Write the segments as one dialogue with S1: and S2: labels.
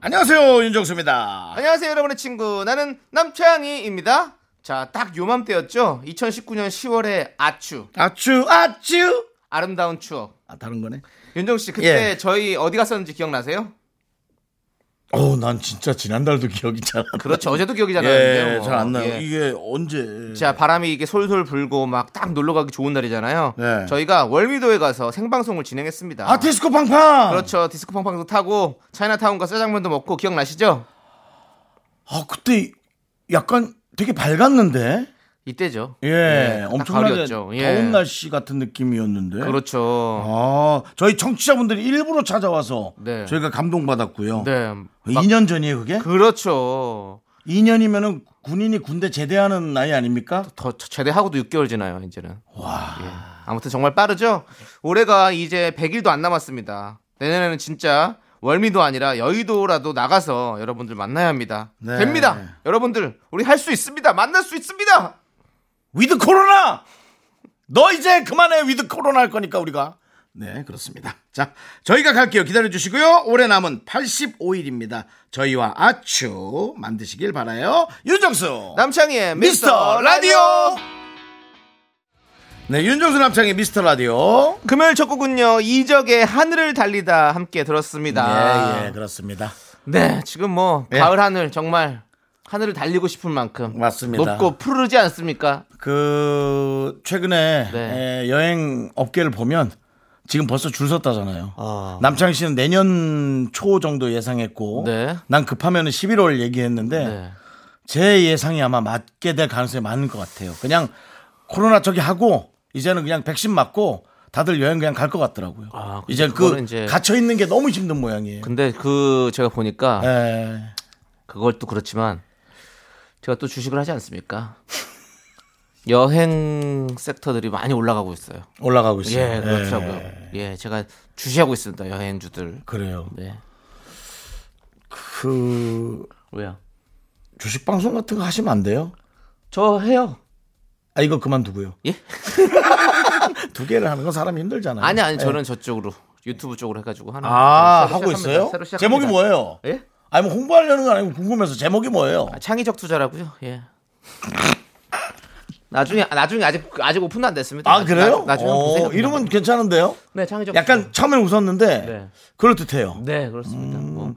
S1: 안녕하세요 윤정수입니다.
S2: 안녕하세요 여러분의 친구 나는 남창희입니다 자 딱 요맘때였죠 2019년 10월의 아추
S1: 아츄 아츄.
S2: 아름다운 추억
S1: 아 다른 거네.
S2: 윤정씨 그때
S1: 예.
S2: 저희 어디 갔었는지 기억나세요?
S1: 어난 진짜 지난달도 기억이 잘 안.
S2: 그렇죠 어제도 기억이 잘 나는데요 뭐.
S1: 예잘 안 나요.
S2: 예.
S1: 이게 언제?
S2: 자 바람이 이게 솔솔 불고 막 딱 놀러 가기 좋은 날이잖아요
S1: 네.
S2: 저희가 월미도에 가서 생방송을 진행했습니다
S1: 아 디스코 팡팡.
S2: 그렇죠 디스코 팡팡도 타고 차이나타운 가서 짜장면도 먹고 기억나시죠?
S1: 아 그때 약간 되게 밝았는데.
S2: 이때죠
S1: 예,
S2: 딱
S1: 엄청나게
S2: 가을이었죠. 예.
S1: 더운 날씨 같은 느낌이었는데.
S2: 그렇죠
S1: 예? 아, 저희 청취자분들이 일부러 찾아와서
S2: 네.
S1: 저희가 감동받았고요.
S2: 네 막-
S1: 2년 전이에요, 그게?
S2: 그렇죠
S1: 2년이면은 군인이 군대 제대하는 나이 아닙니까?
S2: 더 제대하고도 6개월 지나요 이제는
S1: 와.
S2: 예. 아무튼 정말 빠르죠. 올해가 이제 100일도 안 남았습니다. 내년에는 진짜 월미도 아니라 여의도라도 나가서 여러분들 만나야 합니다.
S1: 네.
S2: 됩니다. 여러분들 우리 할 수 있습니다. 만날 수 있습니다.
S1: 위드 코로나! 너 이제 그만해 위드 코로나 할 거니까 우리가. 네, 그렇습니다. 자, 저희가 갈게요. 기다려 주시고요. 올해 남은 85일입니다. 저희와 아추 만드시길 바라요. 윤정수.
S2: 남창희의
S1: 미스터 라디오. 네, 윤정수 남창의 미스터 라디오.
S2: 금요일 첫 곡은요 이적의 하늘을 달리다 함께 들었습니다.
S1: 예, 예, 그렇습니다.
S2: 네 지금 뭐
S1: 예.
S2: 가을 하늘 정말 하늘을 달리고 싶을 만큼
S1: 맞습니다.
S2: 높고 푸르지 않습니까?
S1: 그 최근에
S2: 네.
S1: 에, 여행 업계를 보면 지금 벌써 줄 섰다잖아요. 남창희 씨는 내년 초 정도 예상했고
S2: 네.
S1: 난 급하면 11월 얘기했는데
S2: 네.
S1: 제 예상이 아마 맞게 될 가능성이 많은 것 같아요. 그냥 코로나 저기 하고 이제는 그냥 백신 맞고 다들 여행 그냥 갈 것 같더라고요.
S2: 아, 근데
S1: 이제 그
S2: 그거는 이제-
S1: 갇혀 있는 게 너무 힘든 모양이에요. 예.
S2: 근데 그 제가 보니까
S1: 네. 에,
S2: 그걸 또 그렇지만 제가 또 주식을 하지 않습니까? 여행 섹터들이 많이 올라가고 있어요.
S1: 올라가고 있어요.
S2: 예,
S1: 에,
S2: 그렇더라고요. 예, 제가 주시하고 있습니다. 여행주들.
S1: 그래요.
S2: 네.
S1: 그
S2: 왜요?
S1: 주식 방송 같은 거 하시면 안 돼요?
S2: 저 해요.
S1: 아 이거 그만두고요.
S2: 예?
S1: 두 개를 하는 건 사람이 힘들잖아요.
S2: 아니 아니
S1: 예.
S2: 저는 저쪽으로 유튜브 쪽으로 해가지고 하나.
S1: 아
S2: 새로
S1: 하고
S2: 시작합니다.
S1: 있어요?
S2: 새로 시작합니다.
S1: 제목이 뭐예요?
S2: 예?
S1: 아니 뭐 홍보하려는 건 아니고 궁금해서 제목이 뭐예요?
S2: 아, 창의적 투자라고요. 예. 나중에 나중에 아직 아직 오픈도 안 됐습니다.
S1: 아 그래요?
S2: 나, 중에 한번
S1: 어,
S2: 보세요.
S1: 이름은 괜찮은데요?
S2: 네 창의적.
S1: 약간 처음엔 웃었는데
S2: 네.
S1: 그럴 듯해요.
S2: 투자. 네 그렇습니다. 뭐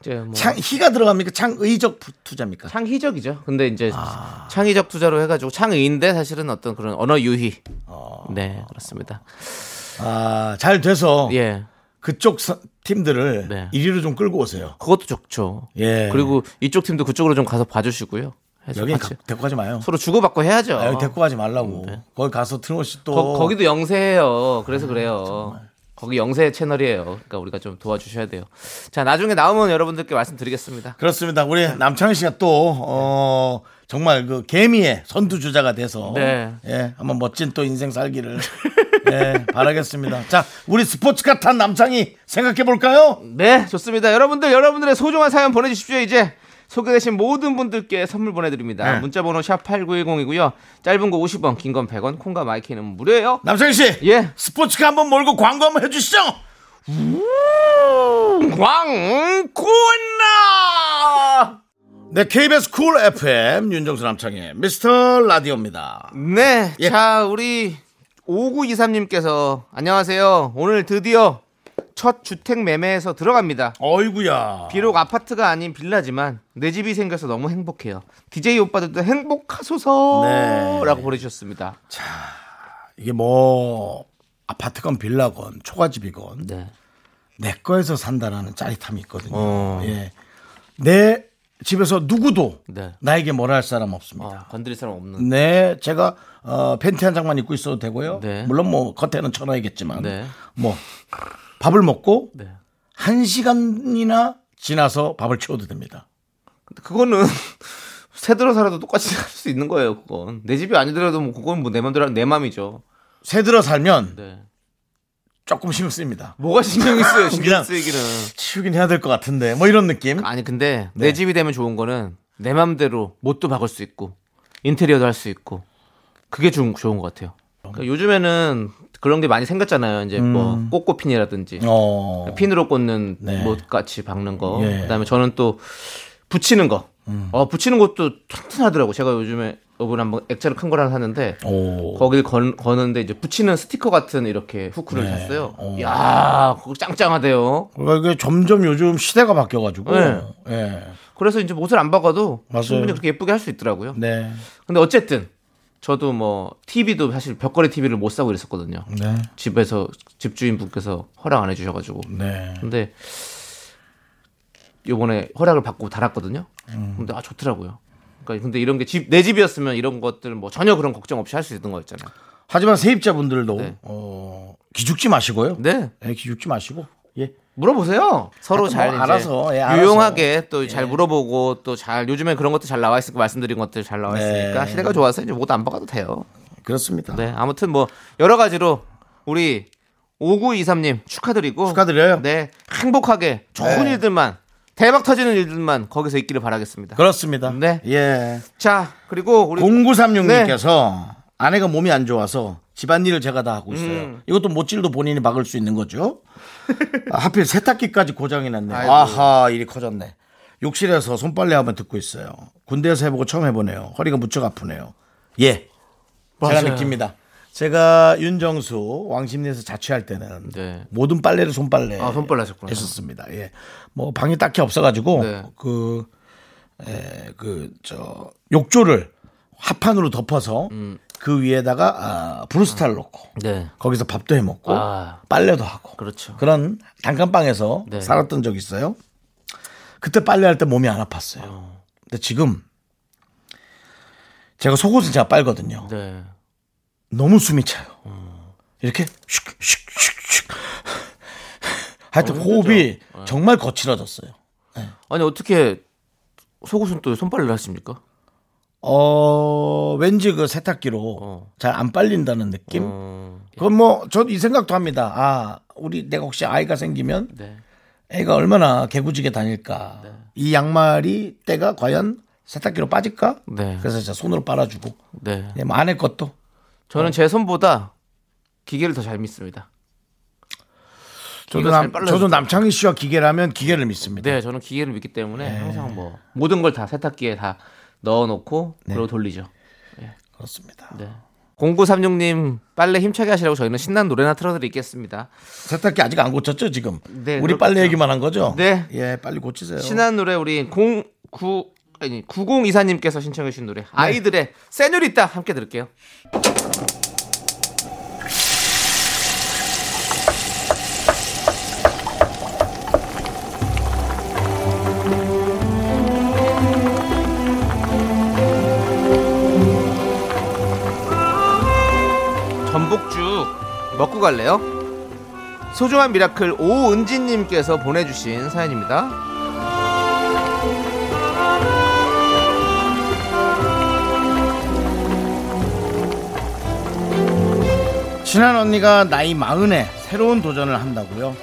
S2: 이제 뭐
S1: 음. 창 희가 들어갑니까? 창의적 부- 투자입니까?
S2: 창의적이죠. 근데 이제
S1: 아.
S2: 창의적 투자로 해가지고 창의인데 사실은 어떤 그런 언어 유희. 네 그렇습니다.
S1: 아잘 돼서
S2: 예,
S1: 그쪽 사- 팀들을
S2: 네.
S1: 1위로 좀 끌고 오세요.
S2: 그것도 좋죠.
S1: 예.
S2: 그리고 이쪽 팀도 그쪽으로 좀 가서 봐주시고요. 해서
S1: 여기
S2: 같이
S1: 데리고 가지 마요.
S2: 서로 주고받고 해야죠.
S1: 아, 여기 데리고 가지 말라고. 거기 가서 트모 씨또
S2: 네. 거, 기도 영세예요. 그래서
S1: 아,
S2: 그래요. 거기 영세 채널이에요. 그러니까 우리가 좀 도와주셔야 돼요. 자 나중에 나오면 여러분들께 말씀드리겠습니다.
S1: 그렇습니다. 우리 남창희 씨가 또, 어, 정말 그 개미의 선두주자가 돼서.
S2: 네.
S1: 예, 한번 멋진 또 인생 살기를. 예, 바라겠습니다. 자, 우리 스포츠카 탄 남창희 생각해 볼까요?
S2: 네, 좋습니다. 여러분들, 여러분들의 소중한 사연 보내주십시오, 이제. 소개되신 모든 분들께 선물 보내드립니다.
S1: 네.
S2: 문자번호 샵8910이고요. 짧은 거 50원, 긴 건 100원, 콩과 마이키는 무료예요.
S1: 남창희 씨.
S2: 예.
S1: 스포츠카 한번 몰고 광고 한번 해주시죠.
S2: 광고나!
S1: 네, KBS 쿨 FM 윤정수 남창희 미스터 라디오입니다.
S2: 네,
S1: 예.
S2: 자, 우리 5923님께서 안녕하세요. 오늘 드디어 첫 주택 매매에서 들어갑니다.
S1: 어이구야.
S2: 비록 아파트가 아닌 빌라지만 내 집이 생겨서 너무 행복해요. DJ 오빠들도 행복하소서!
S1: 네.
S2: 라고 보내주셨습니다.
S1: 이게 뭐, 아파트건 빌라건 초가집이건
S2: 네.
S1: 내 거에서 산다라는 짜릿함이 있거든요. 예. 내 집에서 누구도
S2: 어. 네.
S1: 나에게 뭐라 할 사람 없습니다.
S2: 어, 건드릴 사람 없는.
S1: 네, 제가 어, 팬티 한 장만 입고 있어도 되고요.
S2: 네.
S1: 물론 뭐 겉에는 천하이겠지만
S2: 네.
S1: 뭐 밥을 먹고
S2: 네.
S1: 한 시간이나 지나서 밥을 치워도 됩니다.
S2: 그거는 새들어 살아도 똑같이 살 수 있는 거예요. 그건 내 집이 아니더라도 뭐 그건 뭐 내 맘대로 하는 내 맘이죠.
S1: 새들어 살면
S2: 네.
S1: 조금 신경 쓰입니다.
S2: 뭐가 신경이 쓰여 신경
S1: 그냥-
S2: 쓰이기는.
S1: 치우긴 해야 될 것 같은데 뭐 이런 느낌.
S2: 아니 근데 내 집이 되면 좋은 거는 내 맘대로 못도 박을 수 있고 인테리어도 할 수 있고 그게 좋은 좋은 것 같아요. 그러니까 요즘에는 그런 게 많이 생겼잖아요. 이제 뭐 꽃꽃핀이라든지
S1: 음. 어.
S2: 핀으로 꽂는
S1: 네.
S2: 못같이 박는 거.
S1: 예. 음.
S2: 그다음에 저는 또 붙이는 거. 어 붙이는 것도 튼튼하더라고. 제가 요즘에 요번에 한번 액자를 큰 걸 하나 샀는데
S1: 오.
S2: 거길 건, 거는데 이제 붙이는 스티커 같은 이렇게 후크를
S1: 네.
S2: 샀어요.
S1: 오.
S2: 야, 그거 짱짱하대요.
S1: 그러니까 이게 점점 요즘 시대가 바뀌어가지고.
S2: 네.
S1: 예.
S2: 그래서 이제 옷을 안 박아도
S1: 맞아요.
S2: 충분히 그렇게 예쁘게 할 수 있더라고요.
S1: 네.
S2: 근데 어쨌든 저도 뭐 TV도 사실 벽걸이 TV를 못 사고 이랬었거든요.
S1: 네.
S2: 집에서 집주인 분께서 허락 안 해주셔가지고.
S1: 네.
S2: 근데 요번에 허락을 받고 달았거든요.
S1: 음.
S2: 근데 아 좋더라고요. 그러니까 근데 이런 게 집 내 집이었으면 이런 것들 뭐 전혀 그런 걱정 없이 할 수 있는 거였잖아요.
S1: 하지만 세입자분들도
S2: 네.
S1: 어, 기죽지 마시고요.
S2: 네.
S1: 예, 기죽지 마시고. 예.
S2: 물어보세요. 서로
S1: 뭐
S2: 잘 이제
S1: 알아서, 예, 알아서. 예.
S2: 유용하게 또 잘 물어보고 또 잘 요즘에 그런 것도 잘 나와 있으니까 말씀드린 것들 잘 나와 있으니까
S1: 네.
S2: 시대가 좋아서 이제 뭐도 안 박아도 돼요.
S1: 그렇습니다.
S2: 네 아무튼 뭐 여러 가지로 우리 5923님 축하드리고
S1: 축하드려요.
S2: 네 행복하게 좋은
S1: 네.
S2: 일들만 대박 터지는 일들만 거기서 있기를 바라겠습니다.
S1: 그렇습니다.
S2: 네.
S1: 예.
S2: 자 그리고 우리
S1: 0936님께서 아내가 몸이 안 좋아서 집안일을 제가 다 하고 있어요.
S2: 네. 음.
S1: 이것도 모질도 본인이 막을 수 있는 거죠. 아, 하필 세탁기까지 고장이 났네.
S2: 아이고.
S1: 아하 일이 커졌네. 욕실에서 손빨래 하면 듣고 있어요. 군대에서 해보고 처음 해보네요. 허리가 무척 아프네요. 예.
S2: 맞아요.
S1: 제가 느낍니다. 제가 윤정수 왕십리에서 자취할 때는
S2: 네.
S1: 모든 빨래를 손빨래
S2: 아, 손빨래 하셨구나.
S1: 했었습니다. 예. 뭐 방이 딱히 없어가지고
S2: 네.
S1: 그 그 저 욕조를 합판으로 덮어서
S2: 음.
S1: 그 위에다가 아, 브루스타를 넣고
S2: 네
S1: 거기서 밥도 해 먹고
S2: 아.
S1: 빨래도 하고
S2: 그렇죠.
S1: 런 단칸방에서
S2: 네.
S1: 살았던 적 있어요. 그때 빨래할 때 몸이 안 아팠어요. 근데 지금 제가 속옷은 제가 빨거든요.
S2: 네.
S1: 너무 숨이 차요. 이렇게 슉슉슉슉 하여튼
S2: 어,
S1: 호흡이
S2: 네.
S1: 정말 거칠어졌어요.
S2: 아니 어떻게 속옷은 또 손빨래를 하십니까?
S1: 어, 왠지 그 세탁기로
S2: 어.
S1: 잘 안 빨린다는 느낌?
S2: 음,
S1: 그건 뭐, 저 이 생각도 합니다. 아, 우리 내가 혹시 아이가 생기면
S2: 네.
S1: 애가 얼마나 개구지게 다닐까. 이 양말이 때가 과연 세탁기로 빠질까?
S2: 네.
S1: 그래서 진짜 손으로 빨아주고.
S2: 네.
S1: 예, 뭐 안의 것도. 어.
S2: 저는 제 손보다 기계를 더 잘 믿습니다.
S1: 저도,
S2: 기계가 잘
S1: 남,
S2: 빨라요.
S1: 저도 남창희 씨와 기계라면 기계를 믿습니다.
S2: 네, 저는 기계를 믿기 때문에 항상 뭐 모든 걸 다 세탁기에 다 넣어놓고
S1: 네.
S2: 그리고 돌리죠.
S1: 그렇습니다.
S2: 네. 0936님 빨래 힘차게 하시라고 저희는 신난 노래나 틀어드리겠습니다.
S1: 세탁기 아직 안 고쳤죠, 지금?
S2: 네,
S1: 우리
S2: 그렇겠죠.
S1: 빨래 얘기만 한 거죠?
S2: 네.
S1: 예, 빨리 고치세요.
S2: 신난 노래 우리 09 아니 9024님께서 신청해 주신 노래 아이들의 세뇨리따 함께 들을게요. 전복죽 먹고 갈래요? 소중한 미라클 오은지님께서 보내주신 사연입니다.
S1: 친한 언니가 나이 마흔에 새로운 도전을 한다고요.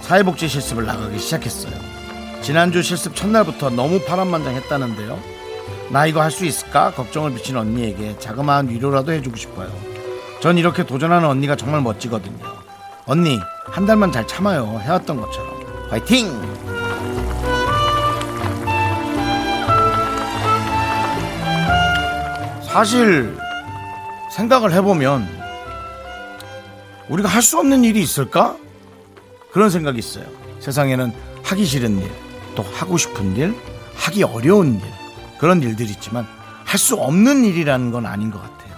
S1: 사회복지 실습을 나가기 시작했어요. 지난주 실습 첫날부터 너무 파란만장했다는데요. 나 이거 할 수 있을까 걱정을 비친 언니에게 자그마한 위로라도 해주고 싶어요. 전 이렇게 도전하는 언니가 정말 멋지거든요. 언니 한 달만 잘 참아요. 해왔던 것처럼 화이팅! 사실 생각을 해보면 우리가 할 수 없는 일이 있을까? 그런 생각이 있어요. 세상에는 하기 싫은 일, 또 하고 싶은 일, 하기 어려운 일, 그런 일들이 있지만 할 수 없는 일이라는 건 아닌 것 같아요.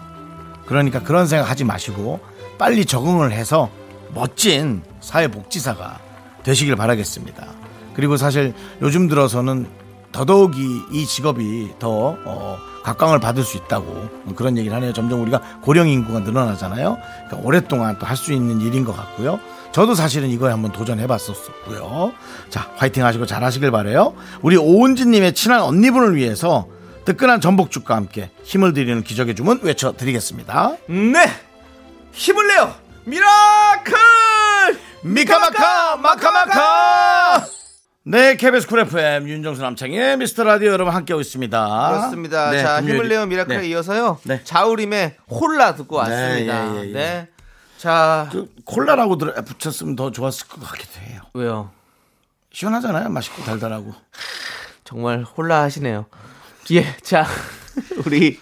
S1: 그러니까 그런 생각 하지 마시고 빨리 적응을 해서 멋진 사회복지사가 되시길 바라겠습니다. 그리고 사실 요즘 들어서는 더더욱이 이 직업이 더 어, 각광을 받을 수 있다고 그런 얘기를 하네요. 점점 우리가 고령 인구가 늘어나잖아요. 그러니까 오랫동안 또 할 수 있는 일인 것 같고요. 저도 사실은 이거에 한번 도전해봤었고요. 자, 화이팅 하시고 잘하시길 바래요. 우리 오은지님의 친한 언니분을 위해서 뜨끈한 전복죽과 함께 힘을 드리는 기적의 주문 외쳐드리겠습니다.
S2: 네 힘을 내요 미라클
S1: 미카마카 마카마카 네 KBS 쿨 FM 윤정수 남창의 미스터 라디오 여러분 함께하고 있습니다
S2: 그렇습니다
S1: 네,
S2: 자
S1: 금요일.
S2: 힘을 내요 미라클에
S1: 네.
S2: 이어서요
S1: 네.
S2: 자우림의 홀라 듣고 왔습니다 네.
S1: 예, 예, 예.
S2: 네자
S1: 그 콜라라고 들 붙였으면 더 좋았을 것 같기도 해요
S2: 왜요
S1: 시원하잖아요 맛있고 달달하고
S2: 정말 홀라 하시네요. 예, 자, 우리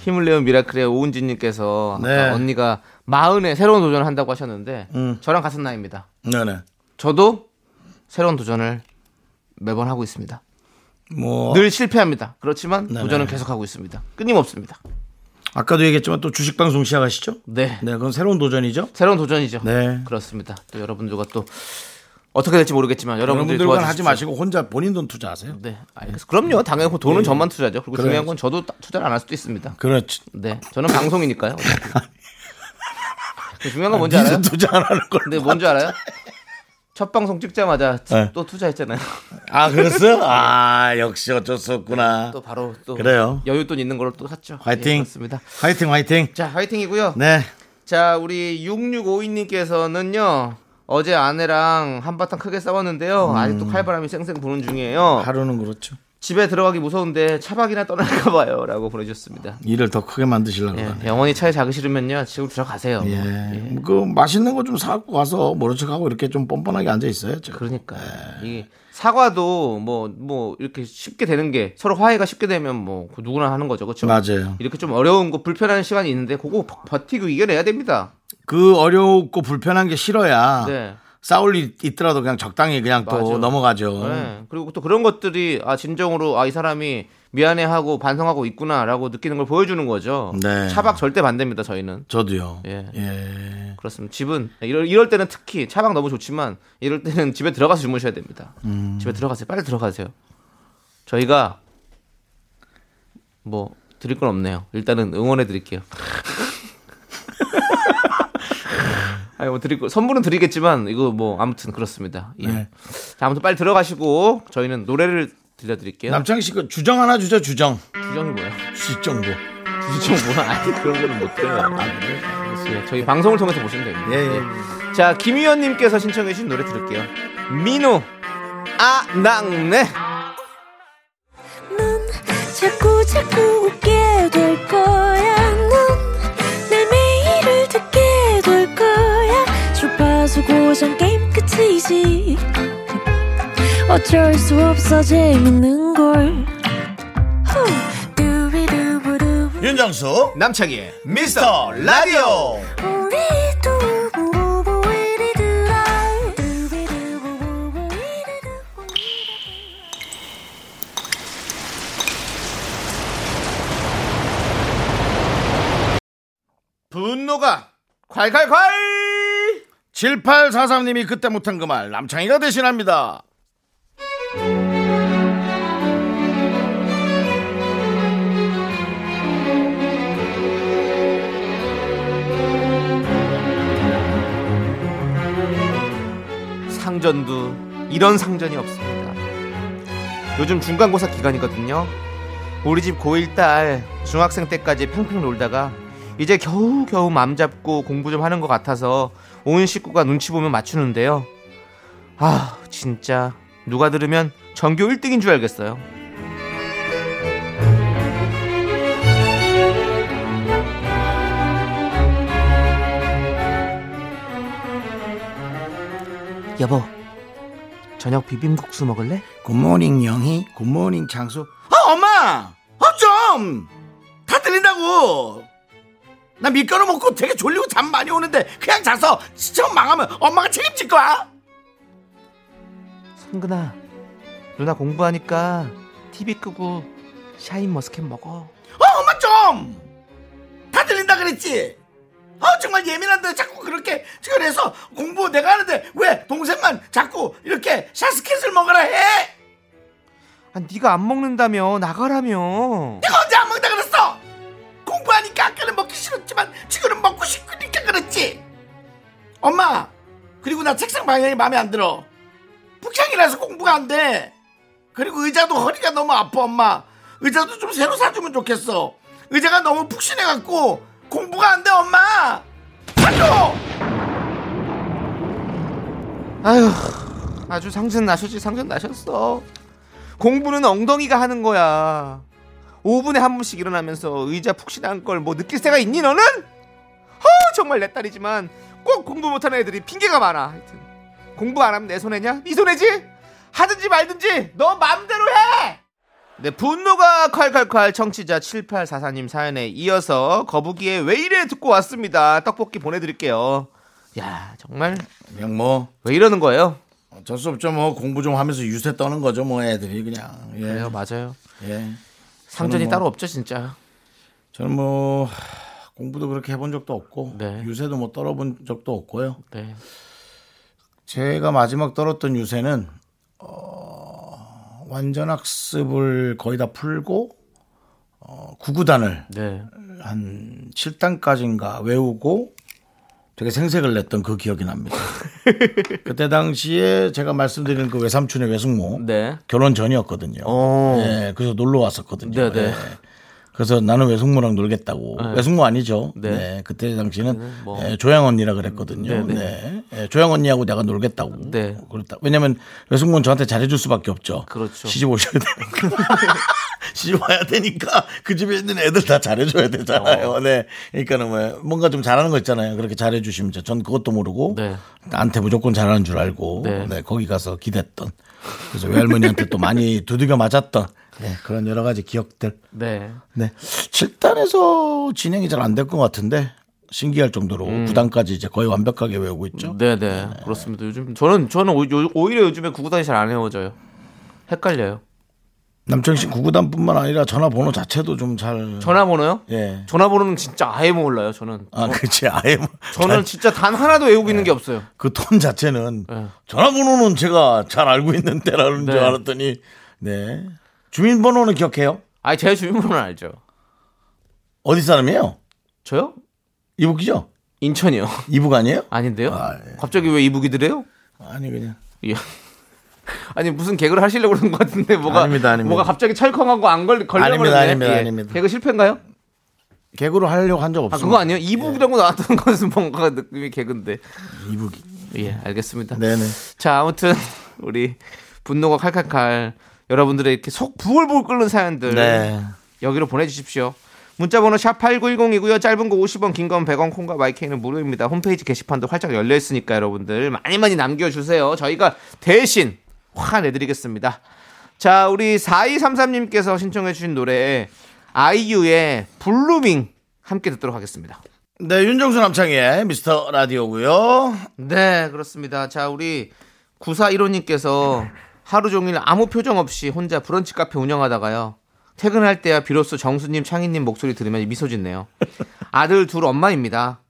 S2: 힘을 내온 미라클의 오은지님께서 아까
S1: 네.
S2: 언니가 마흔에 새로운 도전을 한다고 하셨는데
S1: 음.
S2: 저랑 같은 나이입니다.
S1: 네네
S2: 저도 새로운 도전을 매번 하고 있습니다.
S1: 뭐
S2: 늘 실패합니다. 그렇지만
S1: 네네.
S2: 도전은 계속하고 있습니다. 끊임없습니다.
S1: 아까도 얘기했지만 또 주식방송 시작하시죠
S2: 네.
S1: 네 그건 새로운 도전이죠
S2: 새로운 도전이죠.
S1: 네.
S2: 그렇습니다. 또 여러분들과 또 어떻게 될지 모르겠지만 여러분들이
S1: 여러분들과는 하지
S2: 도와주십시오.
S1: 마시고 혼자 본인 돈 투자하세요
S2: 네, 알겠습니다. 그럼요. 당연히 돈은 저만 투자죠. 그리고 중요한
S1: 예. 그래야지.
S2: 건 저도 따- 투자를 안 할 수도 있습니다.
S1: 그렇지
S2: 네, 저는 방송이니까요. 어차피. 그 중요한 건 뭔지 알아요?
S1: 니도 투자 안 하는
S2: 근데
S1: 걸아
S2: 뭔지 알아요? 첫 방송 찍자마자
S1: 네.
S2: 또 투자했잖아요.
S1: 그랬어요? 아 역시 어쩔 수 없구나
S2: 네, 또 바로 또
S1: 그래요.
S2: 여윳돈 있는 걸로 또 샀죠.
S1: 화이팅.
S2: 예, 그렇습니다.
S1: 화이팅 화이팅
S2: 자, 화이팅이고요.
S1: 네
S2: 자, 우리 6652님께서는요. 어제 아내랑 한바탕 크게 싸웠는데요.
S1: 음.
S2: 아직도 칼바람이 쌩쌩 부는 중이에요.
S1: 하루는 그렇죠
S2: 집에 들어가기 무서운데 차박이나 떠날까 봐요. 라고 보내주셨습니다.
S1: 일을 더 크게 만드시려고
S2: 예,
S1: 아, 하네
S2: 영원히 차에 자기 싫으면요. 지금 들어가세요.
S1: 예. 그 맛있는 거 좀 사갖고 와서 모른 척하고 이렇게 좀 뻔뻔하게 앉아 있어야죠.
S2: 그러니까
S1: 아.
S2: 이 사과도 뭐 뭐 이렇게 쉽게 되는 게 서로 화해가 쉽게 되면 뭐 그거 누구나 하는 거죠, 그렇죠?
S1: 맞아요.
S2: 이렇게 좀 어려운 거 불편한 시간이 있는데 그거 버- 버티고 이겨내야 됩니다.
S1: 그 어렵고 불편한 게 싫어야
S2: 네.
S1: 싸울 일 있더라도 그냥 적당히 그냥 또
S2: 맞아.
S1: 넘어가죠.
S2: 네. 그리고 또 그런 것들이 아 진정으로 아 이 사람이 미안해하고 반성하고 있구나라고 느끼는 걸 보여주는 거죠.
S1: 네.
S2: 차박 절대 반대입니다, 저희는.
S1: 저도요.
S2: 예.
S1: 예.
S2: 그렇습니다. 집은 이럴, 이럴 때는 특히 차박 너무 좋지만 이럴 때는 집에 들어가서 주무셔야 됩니다.
S1: 음.
S2: 집에 들어가세요. 빨리 들어가세요. 저희가 뭐 드릴 건 없네요. 일단은 응원해 드릴게요. 아니 뭐 드릴 거 선물은 드리겠지만 이거 뭐 아무튼 그렇습니다. 예.
S1: 네.
S2: 자, 아무튼 빨리 들어가시고 저희는 노래를 들려 드릴게요.
S1: 남창희 씨그 주정 하나 주죠 주정.
S2: 주정이 뭐야?
S1: 실정도.
S2: 주정 뭐야? 아니 그런 거는 못 들어요. 아, 예, 저희 방송을 통해서 보시면 됩니다.
S1: 네. 예, 예.
S2: 자, 김희연님께서 신청해주신 노래 들을게요. 민호, 아, 낭네.
S3: 넌 자꾸 자꾸 웃게 될 거야. 넌내 매일을 듣게 될 거야. 주파수 고정 게임 끝이지. 어쩔 수 없어 재밌는 걸. 후. 두비두부두.
S1: 윤정수
S2: 남창희의
S1: 미스터 라디오.
S3: 우리 두부부부 우리 두라. 두비두부부부 우리 두부부.
S2: 분노가 콸콸콸!
S1: 7843님이 그때 못한 그 말 남창희가 대신합니다.
S2: 상전도 이런 상전이 없습니다. 요즘 중간고사 기간이거든요. 우리 집 고1 딸 중학생 때까지 팽팽 놀다가 이제 겨우겨우 맘 잡고 공부 좀 하는 것 같아서 온 식구가 눈치 보면 맞추는데요. 아, 진짜 누가 들으면 전교 1등인 줄 알겠어요. 여보, 저녁 비빔국수 먹을래?
S1: 굿모닝 영희 굿모닝 장수 어 엄마 어좀다 들린다고 나 밀가루 먹고 되게 졸리고 잠 많이 오는데 그냥 자서 시청 망하면 엄마가 책임질 거야
S2: 성근아, 누나 공부하니까 TV 끄고 샤인머스켓 먹어.
S1: 어 엄마 좀다 들린다 그랬지 어 정말 예민한데 자꾸 그렇게 그래서 공부 내가 하는데 왜 동생만 자꾸 이렇게 샤스켓을 먹으라 해
S2: 아, 네가 안 먹는다며 나가라며.
S1: 내가 언제 안 먹다 그랬어? 공부하니까 아까는 먹기 싫었지만 지금은 먹고 싶으니까 그랬지. 엄마, 그리고 나 책상 방향이 마음에 안 들어. 북향이라서 공부가 안 돼. 그리고 의자도 허리가 너무 아파, 엄마. 의자도 좀 새로 사주면 좋겠어. 의자가 너무 푹신해갖고 공부가 안 돼, 엄마. 사줘!
S2: 아휴, 아주 상전 나셨지 상전 나셨어. 공부는 엉덩이가 하는 거야. 5분에 한 번씩 일어나면서 의자 푹신한 걸 뭐 느낄 새가 있니 너는? 허 정말 내 딸이지만 꼭 공부 못하는 애들이 핑계가 많아. 하여튼 공부 안 하면 내 손해냐? 네 손해지? 하든지 말든지 너 마음대로 해. 네, 분노가 칼칼칼 청취자 7844님 사연에 이어서 거북이의 왜 이래 듣고 왔습니다. 떡볶이 보내드릴게요. 야 정말
S1: 그냥 뭐,
S2: 왜 이러는 거예요?
S1: 어쩔 수 없죠. 뭐, 공부 좀 하면서 유세 떠는 거죠. 뭐, 애들이 그냥. 예.
S2: 그래요, 맞아요.
S1: 예.
S2: 상전이
S1: 뭐-
S2: 따로 없죠, 진짜.
S1: 저는 뭐 공부도 그렇게 해본 적도 없고
S2: 네.
S1: 유세도 뭐 떨어본 적도 없고요.
S2: 네.
S1: 제가 마지막 떨었던 유세는 어, 완전 학습을 거의 다 풀고 어, 구구단을
S2: 네.
S1: 한 7단까지인가 외우고 되게 생색을 냈던 그 기억이 납니다. 그때 당시에 제가 말씀드린 그 외삼촌의 외숙모
S2: 네.
S1: 결혼 전이었거든요.
S2: 오.
S1: 예, 그래서 놀러 왔었거든요.
S2: 네, 네.
S1: 예. 그래서 나는 외숙모랑 놀겠다고. 외숙모 아니죠. 네.
S2: 네.
S1: 그때 당시에는
S2: 뭐.
S1: 예, 조양 언니라 그랬거든요. 네.
S2: 네, 네.
S1: 예, 조양 언니하고 내가 놀겠다고.
S2: 네.
S1: 그렇다. 왜냐면 외숙모는 저한테 잘해줄 수밖에 없죠.
S2: 그렇죠.
S1: 시집 오셔야 되니까. 시집 와야 되니까 그 집에 있는 애들 다 잘해줘야 되잖아요.
S2: 어.
S1: 네. 그러니까는 뭐 뭔가 좀 잘하는 거 있잖아요. 그렇게 잘해주시면 이제 전 그것도 모르고
S2: 네.
S1: 나한테 무조건 잘하는 줄 알고
S2: 네.
S1: 네, 거기 가서 기댔던 그래서 외할머니한테 또 많이 두들겨 맞았던 네, 그런 여러 가지 기억들
S2: 네.
S1: 네. 7단에서 진행이 잘 안 될 것 같은데 신기할 정도로 9단까지 이제 거의 완벽하게 외우고 있죠
S2: 음. 네, 네. 그렇습니다. 요즘 저는 저는 오- 요- 오히려 요즘에 구구단이 잘 안 헤어져요. 헷갈려요.
S1: 남청신 9구단뿐만 아니라 전화번호 자체도 좀잘
S2: 전화번호요?
S1: 예.
S2: 전화번호는 진짜 아예 몰라요, 저는.
S1: 아 그렇지 아예 뭐-
S2: 저는 진짜 단 하나도 외우고 있는 게 없어요.
S1: 그 톤 자체는
S2: 네.
S1: 전화번호는 제가 잘 알고 있는데라는 줄
S2: 네.
S1: 알았더니 네 주민번호는 기억해요
S2: 아니, 제 주민번호는 알죠.
S1: 어디 사람이에요
S2: 저요?
S1: 이북이죠
S2: 인천이요.
S1: 이북 아니에요
S2: 아닌데요?
S1: 아, 예.
S2: 갑자기 왜 이북이드래요?
S1: 아니 그냥
S2: 예. 아니 무슨 개그를 하시려고 그러는 것 같은데 뭐가
S1: 아닙니다, 아닙니다.
S2: 뭐가 갑자기 찰컹하고 안 걸리 걸려
S1: 아닙니다,
S2: 버렸네. 예.
S1: 아닙니다, 아닙니다.
S2: 개그 실패인가요?
S1: 개그로 하려고 한 적
S2: 아
S1: 없어요.
S2: 그거 아니에요? 이북이라고 나왔던 것은 뭔가 느낌이 개그인데.
S1: 이북이.
S2: 예, 알겠습니다.
S1: 네네.
S2: 자, 아무튼 우리 분노가 칼칼칼 여러분들의 이렇게 속 부글부글 끓는 사연들
S1: 네.
S2: 여기로 보내주십시오. 문자번호 샵 8910이고요. 짧은 거 50원, 긴 건 100원, 콩과 마이크는 무료입니다. 홈페이지 게시판도 활짝 열려 있으니까 여러분들 많이 많이 남겨주세요. 저희가 대신 화내드리겠습니다. 자, 우리 4233님께서 신청해주신 노래 아이유의 블루밍 함께 듣도록 하겠습니다.
S1: 네, 윤정수 남창희의 미스터 라디오고요
S2: 네, 그렇습니다. 자, 우리 9415님께서 하루 종일 아무 표정 없이 혼자 브런치 카페 운영하다가요. 퇴근할 때야 비로소 정수님, 창희님 목소리 들으면 미소 짓네요. 아들 둘 엄마입니다.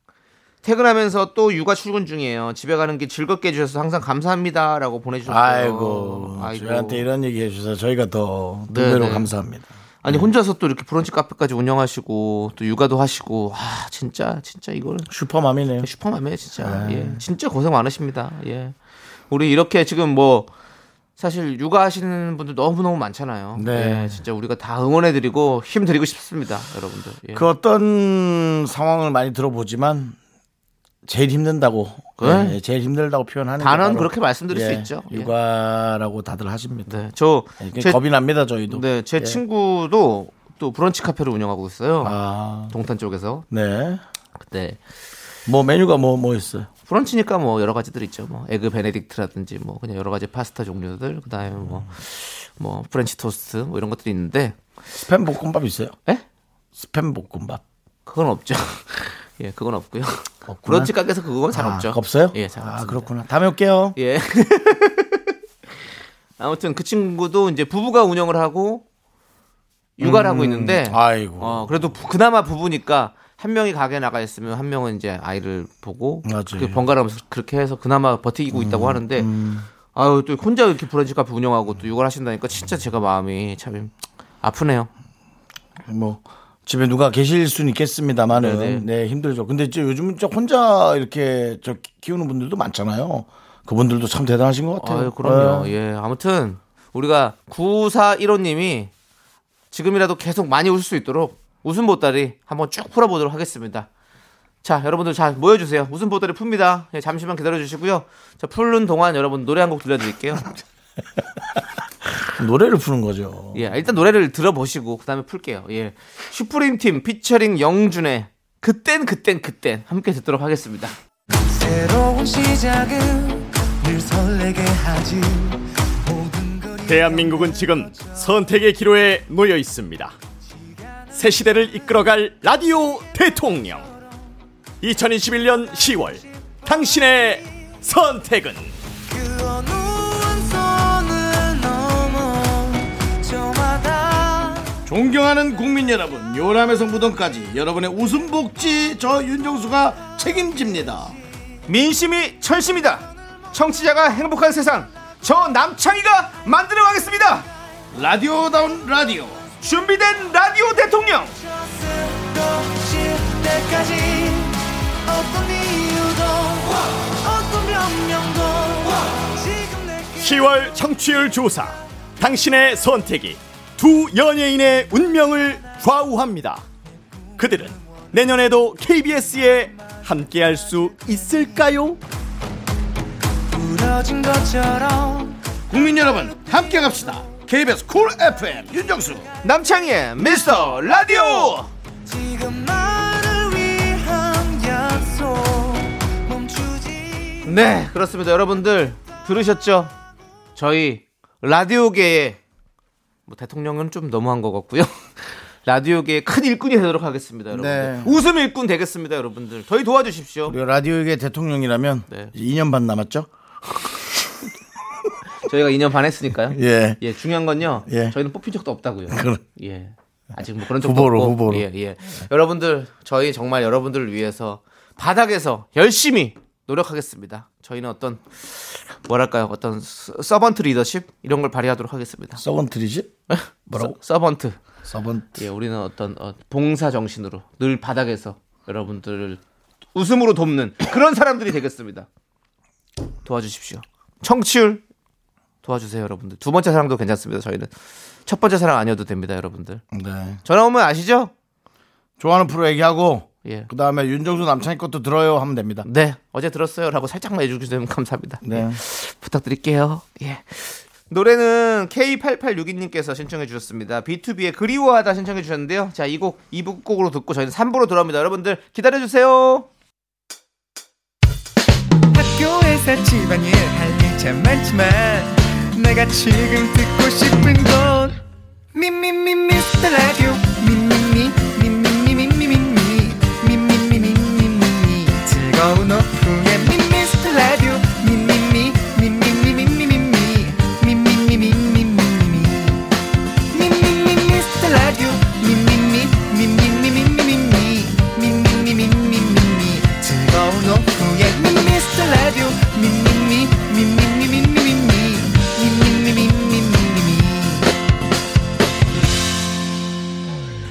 S2: 퇴근하면서 또 육아 출근 중이에요. 집에 가는 길 즐겁게 해주셔서 항상 감사합니다. 라고 보내주셨어요.
S1: 아이고,
S2: 아이고.
S1: 저희한테 이런 얘기 해주셔서 저희가 더
S2: 네,
S1: 두배로
S2: 네.
S1: 감사합니다.
S2: 아니, 혼자서 또 이렇게 브런치 카페까지 운영하시고, 또 육아도 하시고, 아, 진짜, 진짜 이거는.
S1: 슈퍼맘이네요.
S2: 슈퍼맘이에요
S1: 아.
S2: 진짜 예 진짜 고생 많으십니다 예 우리 이렇게 지금 뭐 사실 육아하시는 분들 너무너무 많잖아요
S1: 네.
S2: 예, 진짜 우리가 다 응원해드리고 힘드리고 싶습니다 여러분들 예.
S1: 그 어떤 상황을 많이 들어보지만 제일 힘든다고
S2: 네.
S1: 예, 제일 힘들다고 표현하는 게
S2: 단언
S1: 바로,
S2: 그렇게 말씀드릴 수
S1: 예,
S2: 있죠 예.
S1: 육아라고 다들 하십니다. 예,
S2: 네, 저
S1: 이게
S2: 제,
S1: 겁이 납니다 저희도. 예.
S2: 네, 제 친구도 또 브런치 카페를 운영하고 있어요
S1: 아,
S2: 동탄 쪽에서
S1: 네.
S2: 그때
S1: 뭐 메뉴가 뭐 뭐 있어요?
S2: 브런치니까 뭐 여러 가지들 있죠. 뭐 에그 베네딕트라든지 뭐 그냥 여러 가지 파스타 종류들 그다음에 뭐 뭐 프렌치 토스트 뭐 이런 것들이 있는데
S1: 스팸 볶음밥 있어요?
S2: 예?
S1: 스팸 볶음밥.
S2: 그건 없죠. 예, 그건 없고요. 브런치 가게에서 그건 잘
S1: 아,
S2: 없죠.
S1: 없어요?
S2: 예, 잘
S1: 아,
S2: 없습니다.
S1: 그렇구나. 다음에 올게요.
S2: 예. 아무튼 그 친구도 이제 부부가 운영을 하고 육아를 하고 있는데
S1: 음, 아이고.
S2: 어, 그래도 부- 그나마 부부니까 한 명이 가게 나가 있으면 한 명은 이제 아이를 보고
S1: 맞아요. 음,
S2: 그렇게 번갈아가면서 그렇게 해서 그나마 버티고 있다고 하는데 아유 또 혼자 이렇게 브런치 카페 운영하고 또 육아를 하신다니까 진짜 제가 마음이 참 아프네요.
S1: 뭐 집에 누가 계실 수는 있겠습니다만은
S2: 네네.
S1: 네 힘들죠. 근데 이제 요즘은 저 혼자 이렇게 저 키우는 분들도 많잖아요. 그분들도 참 대단하신 것 같아요.
S2: 아유 그럼요.
S1: 네.
S2: 예 아무튼 우리가 9415님이 지금이라도 계속 많이 웃을 수 있도록 웃음 보따리 한번 쭉 풀어보도록 하겠습니다. 자 여러분들 잘 모여주세요. 웃음 보따리 풉니다. 예, 잠시만 기다려주시고요. 자 푸는 동안 여러분 노래 한 곡 들려드릴게요.
S1: 노래를 푸는 거죠.
S2: 예, 일단 노래를 들어보시고 그다음에 풀게요. 예. 슈프림 팀 피처링 영준의 그땐 그땐 그땐 함께 듣도록 하겠습니다.
S4: 새로운 시작은 늘 설레게 하지 모든 걸
S5: 대한민국은 지금 선택의 기로에 놓여 있습니다. 새 시대를 이끌어갈 라디오 대통령. 2021년 10월 당신의 선택은
S4: 그 어느 한 선을 넘어 저마다
S1: 존경하는 국민 여러분, 요람에서 무덤까지 여러분의 웃음 복지 저 윤정수가 책임집니다.
S2: 민심이 철심이다. 청취자가 행복한 세상. 저 남창희가 만들어 가겠습니다.
S1: 라디오다운 라디오.
S2: 준비된 라디오 대통령.
S4: 쉴 때까지 어떤 이유도 어떤 변명도 지금 내게
S5: 10월 청취율 조사. 당신의 선택이 두 연예인의 운명을 좌우합니다. 그들은 내년에도 KBS에 함께할 수 있을까요?
S4: 부러진 것처럼
S1: 국민 여러분, 함께 갑시다. KBS 쿨 FM 윤정수.
S2: 남창희의 미스터 라디오.
S4: 지금 나를 위한 약속 멈추지
S2: 네, 그렇습니다. 여러분들 들으셨죠? 저희 라디오계의 뭐 대통령은 좀 너무한 것 같고요. 라디오계의 큰 일꾼이 되도록 하겠습니다, 여러분들.
S1: 네.
S2: 웃음 일꾼 되겠습니다, 여러분들. 저희 도와주십시오.
S1: 우리 라디오계 대통령이라면
S2: 네.
S1: 이제 2년 반 남았죠?
S2: 저희가 2년 반 했으니까요.
S1: 예.
S2: 중요한 건요.
S1: 예.
S2: 저희는 뽑힌 적도 없다고요.
S1: 그럼.
S2: 예. 아직 뭐 그런 적도
S1: 후보로,
S2: 없고.
S1: 후보로.
S2: 예, 예. 여러분들 저희 정말 여러분들을 위해서 바닥에서 열심히 노력하겠습니다. 저희는 어떤 뭐랄까요? 어떤 서- 서번트 리더십 이런 걸 발휘하도록 하겠습니다.
S1: 서번트리지? 뭐라고?
S2: 서, 번트
S1: 서번트.
S2: 예, 우리는 어떤 어, 봉사 정신으로 늘 바닥에서 여러분들을 웃음으로 돕는 그런 사람들이 되겠습니다. 도와주십시오. 청취율 도와주세요, 여러분들. 두 번째 사랑도 괜찮습니다. 저희는 첫 번째 사랑 아니어도 됩니다, 여러분들.
S1: 네.
S2: 전화 오면 아시죠?
S1: 좋아하는 프로 얘기하고
S2: 예.
S1: 그 다음에 윤정수 남창희 것도 들어요 하면 됩니다.
S2: 네, 어제 들었어요라고 살짝만 해주시면 감사합니다.
S1: 네.
S2: 예, 부탁드릴게요. 예. 노래는 K8862님께서 신청해 주셨습니다. B2B의 그리워하다 신청해 주셨는데요. 자, 이 곡, 이부 곡으로 듣고 저희는 3부로 돌아옵니다. 여러분들 기다려주세요.
S4: 학교에서 집안일 할 일 참 많지만 내가 지금 듣고 싶은 건 미미미 미스터 라디오 미미미 미미미 미미미 미미미 미미미 즐거운 오후에 미스터 라디오 미미미 미미미 미미미 미미미 미미미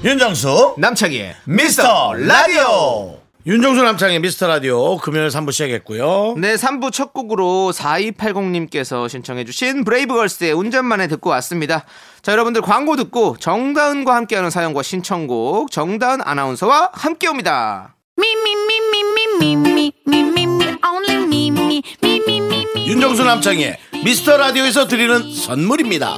S1: 윤정수
S2: 남창희의
S1: 미스터 라디오. 윤정수 남창희 미스터 라디오 금요일 3부 시작했고요.
S2: 네, 3부 첫 곡으로 4280님께서 신청해주신 브레이브걸스의 운전만에 듣고 왔습니다. 자, 여러분들 광고 듣고 정다은과 함께하는 사연과 신청곡 정다은 아나운서와 함께 옵니다.
S3: Me, me, me, me, me, me, me, me, me, me, only me, me, me, me, me, me.
S1: 윤정수 남창희 미스터 라디오에서 드리는 선물입니다.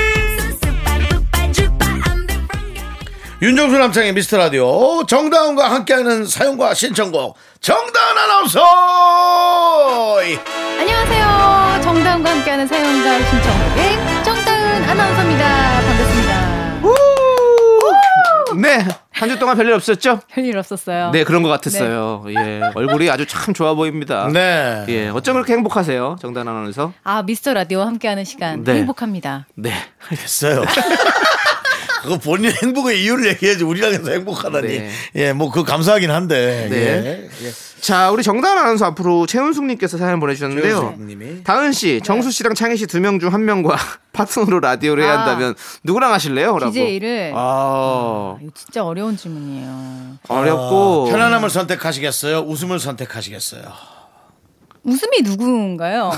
S1: 윤정수 남창의 미스터 라디오 정다운과 함께하는 사연과 신청곡 정다운 아나운서
S6: 안녕하세요. 정다운과 함께하는 사연자 신청객 정다운 아나운서입니다. 반갑습니다.
S2: 네한 주 동안 별일 없었죠?
S6: 별일 없었어요.
S2: 네 그런 것 같았어요 예 얼굴이 아주 참 좋아 보입니다
S1: 네.
S2: 예 어쩜 그렇게 행복하세요 정단 아나운서
S6: 아 미스터 라디오와 함께하는 시간
S2: 네.
S6: 행복합니다.
S2: 네
S1: 됐어요. 그거 본인 행복의 이유를 얘기해야지 우리랑에서 행복하다니.
S2: 네.
S1: 예, 뭐 그 감사하긴 한데.
S2: 네.
S1: 예. 예.
S2: 자, 우리 정다은 아나운서 앞으로 최은숙님께서 사연 보내주셨는데요.
S1: 최은숙님이.
S2: 다은 씨, 정수 씨랑 창희 씨 두 명 중 한 명과 파트너로 라디오를 해야
S6: 아.
S2: 한다면 누구랑 하실래요? 라고.
S6: DJ를
S2: 아,
S6: 이거 진짜 어려운 질문이에요.
S2: 어렵고.
S1: 편안함을 선택하시겠어요? 웃음을 선택하시겠어요?
S6: 웃음이 누구인가요?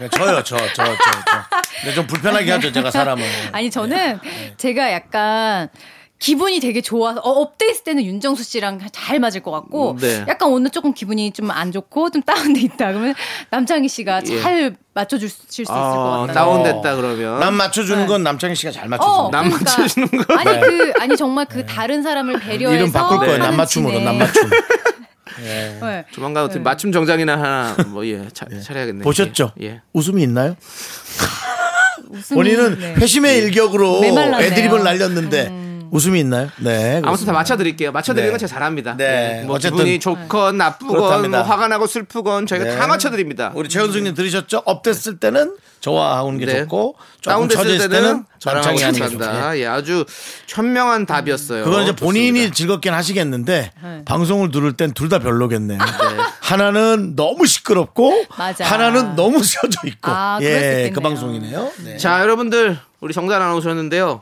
S1: 네, 저요, 저, 저, 저, 저. 근데 좀 불편하게 하죠, 제가 사람을.
S6: 아니 저는
S2: 네.
S6: 제가 약간 기분이 되게 좋아서 어, 업돼 있을 때는 윤정수 씨랑 잘 맞을 것 같고
S2: 네.
S6: 약간 오늘 조금 기분이 좀 안 좋고 좀 다운돼 있다 그러면 남창희 씨가
S2: 예.
S6: 잘 맞춰줄 수 있을
S2: 아,
S6: 것 같아요.
S2: 다운됐다 그러면.
S1: 어. 남 맞춰주는 건 남창희 씨가 잘
S6: 네. 어,
S1: 맞춰준다.
S2: 남
S6: 그러니까.
S2: 맞춰주는 거? 네.
S6: 아니 그 아니 정말 그 다른 사람을
S2: 그
S6: 배려해서
S1: 네. 이름 바꿀 거예요. 남
S6: 하는
S1: 맞춤으로,
S6: 진행.
S1: 남 맞춤.
S6: 네.
S2: 조만간 어떻게 맞춤 정장이나 하나, 뭐, 예, 차, 차려야겠네.
S1: 보셨죠?
S2: 예. 예.
S1: 웃음이 있나요?
S6: 웃음이-
S1: 본인은
S6: 네.
S1: 회심의 일격으로
S6: 메말랐네요.
S1: 애드립을 날렸는데 웃음이 있나요? 네.
S2: 아무튼 다
S1: 그렇습니다.
S2: 맞춰드릴게요. 맞춰드리는
S1: 네.
S2: 건 제가 잘합니다.
S1: 네.
S2: 예. 뭐
S1: 어쨌든 네.
S2: 기분이 좋건 나쁘건
S1: 그렇답니다.
S2: 뭐 화가 나고 슬프건 저희가
S1: 네.
S2: 다 맞춰드립니다.
S1: 우리 최은숙님 들으셨죠? 업됐을 때는 저와 하는 게
S2: 네.
S1: 좋고 조금
S2: 다운됐을
S1: 처졌을 때는
S2: 때는
S1: 남창이 하는 게 좋다.
S2: 한다. 예, 아주 현명한 답이었어요.
S1: 그건 이제 본인이
S2: 좋습니다.
S1: 즐겁긴 하시겠는데
S6: 네.
S1: 방송을 들을 땐 둘 다 별로겠네요. 하나는 너무 시끄럽고
S6: 맞아.
S1: 하나는 너무 서져 있고
S6: 아, 그럴 수
S1: 예,
S6: 있겠네요.
S1: 그 방송이네요. 네.
S2: 자 여러분들 우리 정단 아나운서였는데요.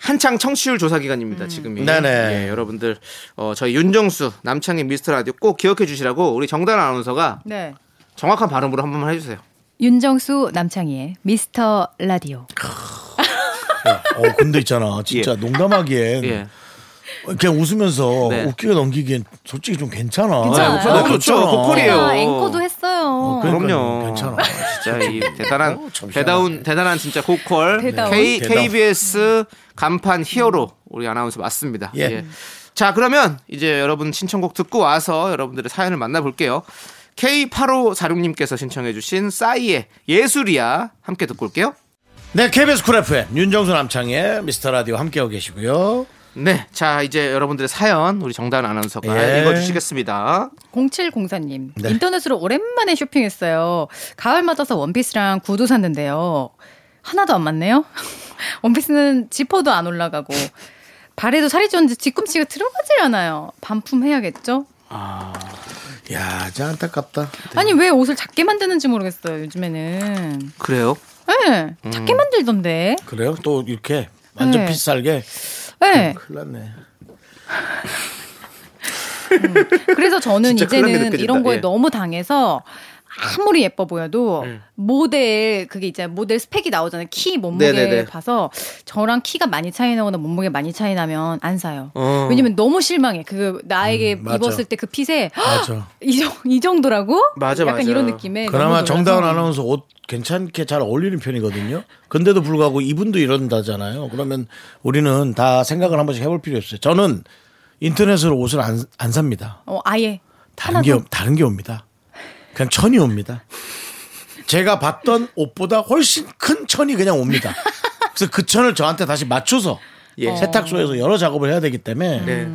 S2: 한창 청취율 조사 기간입니다. 지금이.
S1: 음. 네네.
S2: 예, 여러분들 어, 저희 윤정수 남창희 미스터 라디오 꼭 기억해 주시라고 우리 정단 아나운서가
S6: 네.
S2: 정확한 발음으로 한 번만 해주세요.
S6: 윤정수 남창희의 미스터 라디오.
S1: 어, 근데 있잖아. 진짜
S2: 예.
S1: 농담하기엔
S2: 예.
S1: 그냥 웃으면서
S2: 네.
S1: 웃기게 넘기기엔 솔직히 좀 괜찮아.
S6: 괜찮아요.
S1: 목소리
S6: 너무
S2: 좋죠.
S1: 좋잖아.
S2: 보컬이에요.
S6: 제가
S2: 예.
S6: 앵커도 했어요.
S1: 그러니까요.
S2: 그럼요.
S1: 괜찮아.
S2: 진짜 이 대단한
S1: 참
S2: 대다운 대단한 진짜 고퀄
S6: 대다운.
S2: K,
S1: 대다운.
S2: KBS 간판 히어로 우리 아나운서 맞습니다.
S1: 예.
S2: 예. 자 그러면 이제 여러분 신청곡 듣고 와서 여러분들의 사연을 만나볼게요. K8546님께서 신청해주신 싸이의 예술이야 함께 듣고 올게요.
S1: 네, KBS 쿨 FM 윤정수 남창의 미스터 라디오 함께하고 계시고요.
S2: 네, 자 이제 여러분들의 사연 우리 정다은 아나운서가
S1: 예.
S2: 읽어주시겠습니다.
S6: 0704님
S1: 그- 네.
S6: 인터넷으로 오랜만에 쇼핑했어요. 가을 맞아서 원피스랑 구두 샀는데요. 하나도 안 맞네요. 원피스는 지퍼도 안 올라가고 발에도 살이 쪘는데 뒤꿈치가 들어가질 않아요. 반품해야겠죠?
S1: 야, 진짜 안타깝다.
S6: 아니 왜 옷을 작게 만드는지 모르겠어요. 요즘에는
S2: 그래요?
S6: 예
S2: 음.
S6: 작게 만들던데.
S1: 그래요? 또 이렇게 완전
S6: 네.
S1: 비싸게
S6: 예
S2: 그,
S1: 큰일 났네.
S6: 그래서 저는
S2: 진짜 큰일 나게
S6: 이제는
S2: 느껴진다.
S6: 이런 거에
S2: 예.
S6: 너무 당해서 아무리 예뻐 보여도
S2: 음.
S6: 모델 그게 이제 모델 스펙이 나오잖아요. 키 몸무게
S2: 네네네.
S6: 봐서 저랑 키가 많이 차이 나거나 몸무게 많이 차이 나면 안 사요.
S2: 어.
S6: 왜냐면 너무 실망해. 그 나에게
S1: 음, 맞아.
S6: 입었을 때 그 핏에
S1: 맞아.
S6: 이, 정, 이 정도라고?
S2: 맞아,
S6: 약간
S2: 맞아.
S6: 이런 느낌에
S1: 그나마
S6: 네, 너무 놀라서.
S1: 정다운 아나운서 옷 괜찮게 잘 어울리는 편이거든요. 근데도 불구하고 이분도 이런다잖아요. 그러면 우리는 다 생각을 한 번씩 해볼 필요 있어요. 저는 인터넷으로 옷을 안, 안 삽니다.
S6: 어, 아예
S1: 다른 게, 다른 게 옵니다. 그냥 천이 옵니다. 제가 봤던 옷보다 훨씬 큰 천이 그냥 옵니다. 그래서 그 천을 저한테 다시 맞춰서 어.
S2: 예.
S1: 세탁소에서 여러 작업을 해야 되기 때문에
S2: 네.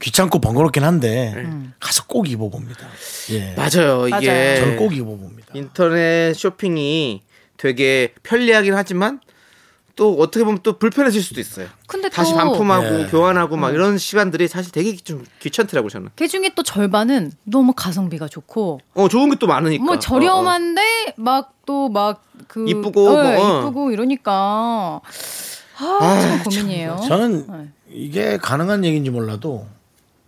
S1: 귀찮고 번거롭긴 한데 가서 꼭 입어봅니다. 예.
S2: 맞아요. 네. 이게
S1: 저는 꼭 입어봅니다.
S2: 인터넷 쇼핑이 되게 편리하긴 하지만 또 어떻게 보면 또 불편해질 수도 있어요.
S6: 근데
S2: 다시
S6: 또- 어.
S2: 반품하고
S1: 예.
S2: 교환하고 막 이런 시간들이 사실 되게 좀 귀찮더라고요, 저는.
S6: 그 중에 또 절반은 너무 가성비가 좋고
S2: 어, 좋은 게 또 많으니까. 어,
S6: 뭐 저렴한데 막 또 막 그
S2: 이쁘고
S6: 예,
S2: 뭐, 어.
S6: 이쁘고 이러니까 아, 참 고민이에요.
S1: 저는 이게 가능한 얘기인지 몰라도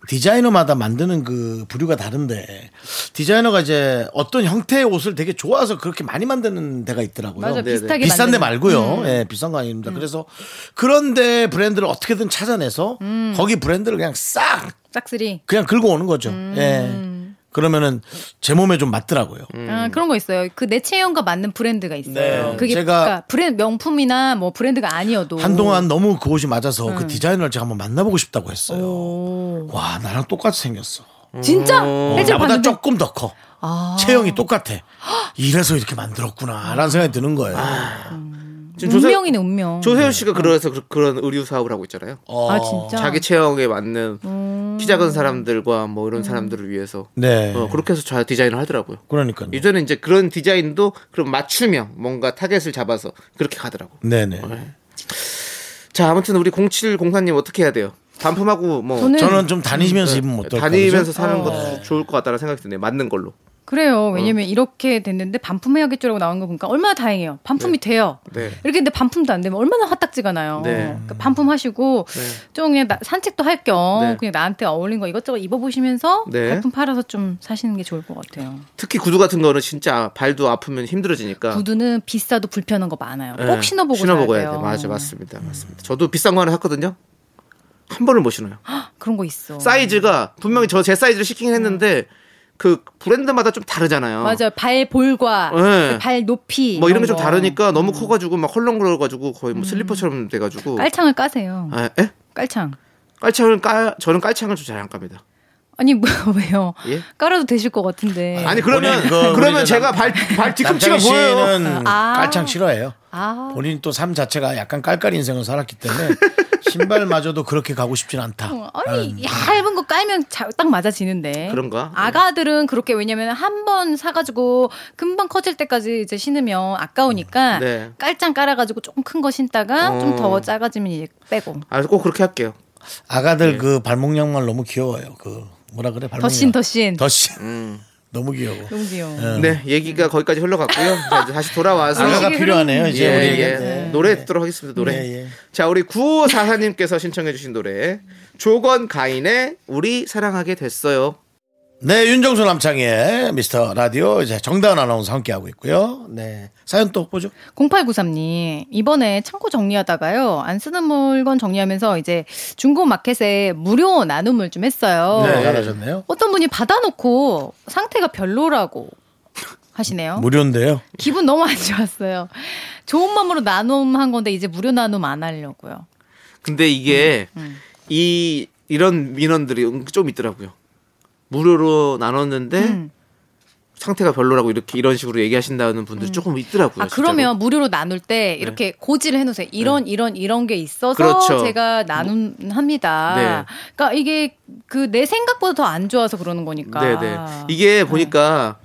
S1: 디자이너마다 만드는 그 부류가 다른데 디자이너가 이제 어떤 형태의 옷을 되게 좋아서 그렇게 많이 만드는 데가 있더라고요.
S6: 맞아
S2: 네네.
S6: 비슷하게
S1: 비싼 데
S6: 만드는- 음.
S1: 말고요. 예, 비싼 거 아닙니다. 그래서 그런데 브랜드를 어떻게든 찾아내서
S6: 음.
S1: 거기 브랜드를 그냥 싹
S6: 짝쓰리
S1: 그냥 긁어 오는 거죠.
S6: 음.
S1: 예. 그러면은 제 몸에 좀 맞더라고요.
S2: 음.
S6: 아, 그런 거 있어요. 그 내 체형과 맞는 브랜드가 있어요.
S1: 네.
S6: 그게
S1: 제가-
S6: 그러니까 브랜드 명품이나 뭐 브랜드가 아니어도
S1: 한동안 너무 그 옷이 맞아서
S6: 음.
S1: 그 디자이너를 제가 한번 만나보고 싶다고 했어요. 와, 나랑 똑같이 생겼어.
S6: 음. 진짜
S1: 어, 나보다
S6: 실제로 봤는데 아.
S1: 조금 더 커. 체형이 똑같아. 이래서 이렇게 만들었구나라는 생각이 드는 거예요.
S6: 아.
S2: 어. 지금 조세-
S6: 운명이네 운명.
S2: 조세호
S1: 음.
S2: 씨가 그래서 그- 그런 의류 사업을 하고 있잖아요.
S1: 어,
S6: 아 진짜.
S2: 자기 체형에 맞는
S6: 음.
S2: 키 작은 사람들과 뭐 이런 사람들을 위해서
S1: 네.
S2: 어, 그렇게 해서 잘 디자인을 하더라고요.
S1: 그러니까요.
S2: 이전에 이제 그런 디자인도 그런 맞춤형 뭔가 타겟을 잡아서 그렇게 가더라고.
S1: 네네.
S2: 어. 자 아무튼 우리 0704님 어떻게 해야 돼요? 반품하고 뭐
S6: 저는
S1: 저는 좀 다니시면서 입으면 어떨까?
S2: 네.
S1: 그죠?
S2: 다니면서 사는 것도 좋을 것 같다는 생각이 드네요. 맞는 걸로.
S6: 그래요. 왜냐면 이렇게 됐는데 반품해야겠죠라고 나온 거 보니까 얼마나 다행이에요. 반품이 돼요.
S2: 네.
S6: 이렇게 근데 반품도 안 되면 얼마나 화딱지가 나요.
S2: 네.
S6: 그러니까 반품하시고 좀 그냥 나- 산책도 할 겸
S2: 네.
S6: 그냥 나한테 어울린 거 이것저것 입어보시면서
S2: 네.
S6: 발품 팔아서 좀 사시는 게 좋을 것 같아요.
S2: 특히 구두 같은 거는 진짜 발도 아프면 힘들어지니까.
S6: 구두는 비싸도 불편한 거 많아요.
S2: 예,
S6: 꼭 신어보고
S2: 신어보고
S6: 사야
S2: 해야
S6: 돼요.
S2: 돼. 맞아 맞습니다. 맞습니다. 저도 비싼 거 하나 샀거든요. 한 번을 못 신어요.
S6: 아, 그런 거 있어.
S2: 사이즈가 분명히 저 제 사이즈를 시키긴 했는데 그 브랜드마다 좀 다르잖아요.
S6: 어. 맞아요. 발 볼과
S2: 예.
S6: 그발 높이
S2: 뭐 이런 게 좀
S6: 거. 음.
S2: 다르니까 너무 커가지고 막 헐렁거려가지고 거의 뭐 슬리퍼처럼 돼가지고.
S6: 깔창을 까세요.
S2: 아, 예?
S6: 깔창.
S2: 깔창을 깔 저는 깔창을 좀 잘 안 깝니다.
S6: 아니 뭐 왜요?
S2: 예?
S6: 깔아도 되실 것 같은데.
S2: 아니 그러면
S1: 본인 그-
S2: 그러면
S1: 우리
S2: 제가 발 발 뒤꿈치가
S1: 남창희
S2: 보여요.
S1: 씨는
S6: 아.
S1: 깔창 싫어해요.
S6: 아.
S1: 본인 또 삶 자체가 약간 깔깔 인생을 살았기 때문에 신발마저도 그렇게 가고 싶진 않다.
S6: 어, 아니 예. 얇은 거 깔면 자- 딱 맞아지는데
S2: 그런가?
S6: 아가들은 그렇게 왜냐면 한 번 사가지고 금방 커질 때까지 이제 신으면 아까우니까
S2: 네.
S6: 깔짱 깔아가지고 조금 큰 거 신다가
S2: 어.
S6: 좀 더 작아지면 이제 빼고
S2: 아, 꼭 그렇게 할게요. 예.
S1: 아가들 그 발목 양말 너무 귀여워요. 그 뭐라 그래? 발목
S6: 더신
S1: 양말.
S6: 더신
S1: 더신. 너무 귀여워.
S6: 너무 귀여워
S2: 네, 얘기가 거기까지 흘러갔고요. 자, 이제 다시 돌아와서
S1: 아가가
S6: 음.
S1: 필요하네요. 이제
S2: 예,
S1: 우리에게.
S2: 예.
S1: 네.
S2: 노래 듣도록 하겠습니다. 노래.
S1: 예, 예.
S2: 자, 우리 9544님께서 신청해주신 노래 조건 가인의 우리 사랑하게 됐어요.
S1: 네, 윤정수 남창희의 미스터 라디오 이제 정다은 아나운서 함께 하고 있고요. 네, 사연 또 보죠.
S6: 0893님, 이번에 창고 정리하다가요, 안 쓰는 물건 정리하면서 이제 중고 마켓에 무료 나눔을 좀 했어요.
S1: 네, 잘하셨네요.
S6: 어떤 분이 받아놓고 상태가 별로라고
S2: 어?
S6: 하시네요.
S1: 무료인데요.
S6: 기분 너무 안 좋았어요. 좋은 마음으로 나눔한 건데 이제 무료 나눔 안 하려고요. 아,
S2: 근데 이게
S6: 음,
S2: 이 이런 민원들이 좀 있더라고요. 무료로 나눴는데
S6: 음.
S2: 상태가 별로라고 이렇게 이런 식으로 얘기하신다는 분들이 조금 있더라고요. 진짜로.
S6: 아
S2: 네.
S6: 그러면 무료로 나눌 때 이렇게 고지를 해놓으세요. 이런 이런 이런 게 있어서
S2: 그렇죠. 네.
S6: 제가 나눔합니다. 그러니까 이게 그 내 생각보다 더 안 좋아서 그러는 거니까.
S2: 네네. 이게 보니까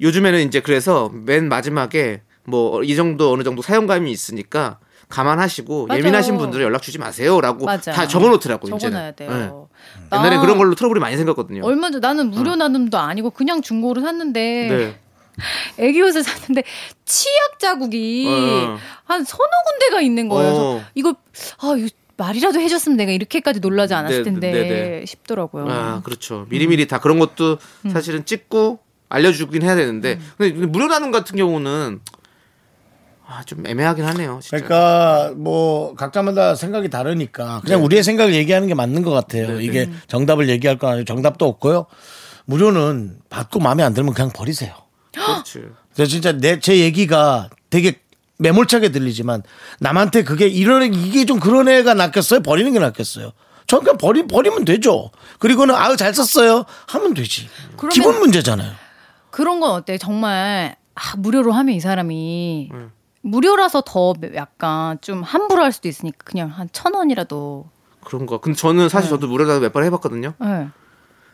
S2: 요즘에는 이제 그래서 맨 마지막에 뭐 이 정도 어느 정도 사용감이 있으니까 감안하시고
S6: 맞아요.
S2: 예민하신 분들은 연락 주지 마세요라고
S6: 맞아.
S2: 뭐 다 적어놓더라고요.
S6: 적어놔야
S2: 이제는.
S6: 돼요.
S2: 예. 옛날에
S6: 나
S2: 그런 걸로 트러블이 많이 생겼거든요.
S6: 얼마 전 나는 무료 나눔도 아니고 그냥 중고로
S2: 네.
S6: 샀는데 애기 옷을 샀는데 치약 자국이
S2: 어.
S6: 한 서너 군데가 있는 거예요. 그래서
S2: 어.
S6: 이거 아 이거 말이라도 해줬으면 내가 이렇게까지 놀라지 않았을
S2: 네,
S6: 텐데
S2: 네, 네.
S6: 싶더라고요.
S2: 아 그렇죠. 미리미리 다 그런 것도
S6: 음.
S2: 사실은 찍고 알려주긴 해야 되는데 근데 무료 나눔 같은 경우는 아, 좀 애매하긴 하네요. 진짜.
S1: 그러니까 뭐 각자마다 생각이 다르니까
S2: 네.
S1: 그냥 우리의 생각을 얘기하는 게 맞는 것 같아요. 이게 정답을 얘기할 건 아니고 정답도 없고요. 무료는 받고 마음에 안 들면 그냥 버리세요.
S2: 그렇지.
S1: 저 진짜 내 제 얘기가 되게 매몰차게 들리지만 남한테 그게 이런 이게 좀 그런 애가 낫겠어요 버리는 게 낫겠어요. 전 그냥 버리 버리면 되죠. 그리고는 아유 잘 썼어요 하면 되지.
S6: 그러면-
S1: 기본 문제잖아요.
S6: 그런 건 어때요? 정말 아, 무료로 하면 이 사람이
S2: 음.
S6: 무료라서 더 약간 좀 함부로 할 수도 있으니까 그냥 한 천 원이라도.
S2: 그런 거. 근데 저는 사실
S6: 네.
S2: 저도 무료 나눔 몇 번 해봤거든요.
S6: 예,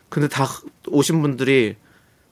S2: 근데 다 오신 분들이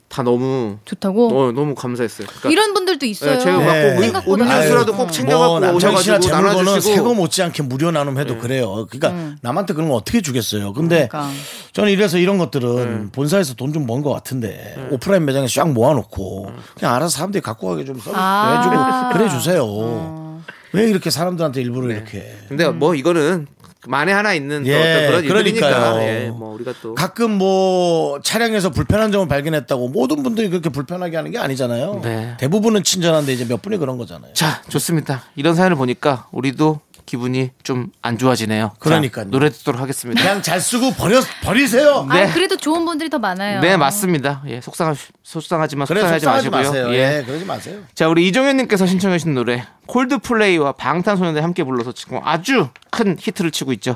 S2: 다 너무
S6: 좋다고
S2: 어, 너무 감사했어요. 그러니까
S6: 이런 분들도 있어요.
S2: 예, 제가
S1: 네.
S2: 막 꼭
S6: 생각보다
S2: 음료수라도
S6: 아유,
S2: 꼭
S6: 어.
S2: 챙겨갖고
S1: 뭐 남창희 씨나
S2: 오셔가지고
S1: 재물건은
S2: 나눠주시고 음.
S1: 세고 못지않게 무료 나눔해도 그래요. 그러니까 남한테 그런 거 어떻게 주겠어요. 근데
S6: 그러니까.
S1: 저는 이래서 이런 것들은 본사에서 돈 좀 번 것 같은데 오프라인 매장에 쫙 모아놓고 그냥 알아서 사람들이 갖고 가게 좀 서비스도
S2: 어.
S6: 아. 어.
S2: 네.
S1: 해주고 그래 주세요. 왜 이렇게 사람들한테 일부러 이렇게
S2: 근데 뭐 이거는 만에 하나 있는 또
S1: 예,
S2: 어떤 그런 일들이니까
S1: 그러니까요.
S2: 예, 뭐 우리가 또
S1: 가끔 뭐 차량에서 불편한 점을 발견했다고 모든 분들이 그렇게 불편하게 하는 게 아니잖아요.
S2: 네.
S1: 대부분은 친절한데 이제 몇 분이 그런 거잖아요.
S2: 자, 좋습니다. 이런 사연을 보니까 우리도 기분이 좀 안 좋아지네요. 자,
S1: 그러니까요. 네.
S2: 노래 듣도록 하겠습니다.
S1: 그냥 잘 쓰고 버려 버리세요.
S2: 네.
S6: 아, 그래도 좋은 분들이 더 많아요.
S2: 네, 맞습니다. 예, 속상하, 속상하지만
S1: 그래
S2: 속상하지
S1: 속상하지
S2: 마시고요.
S1: 마세요.
S2: 예.
S1: 예, 그러지 마세요.
S2: 자, 우리 이종현님께서 신청해주신 노래 콜드플레이와 방탄소년단 함께 불러서 지금 아주 큰 히트를 치고 있죠.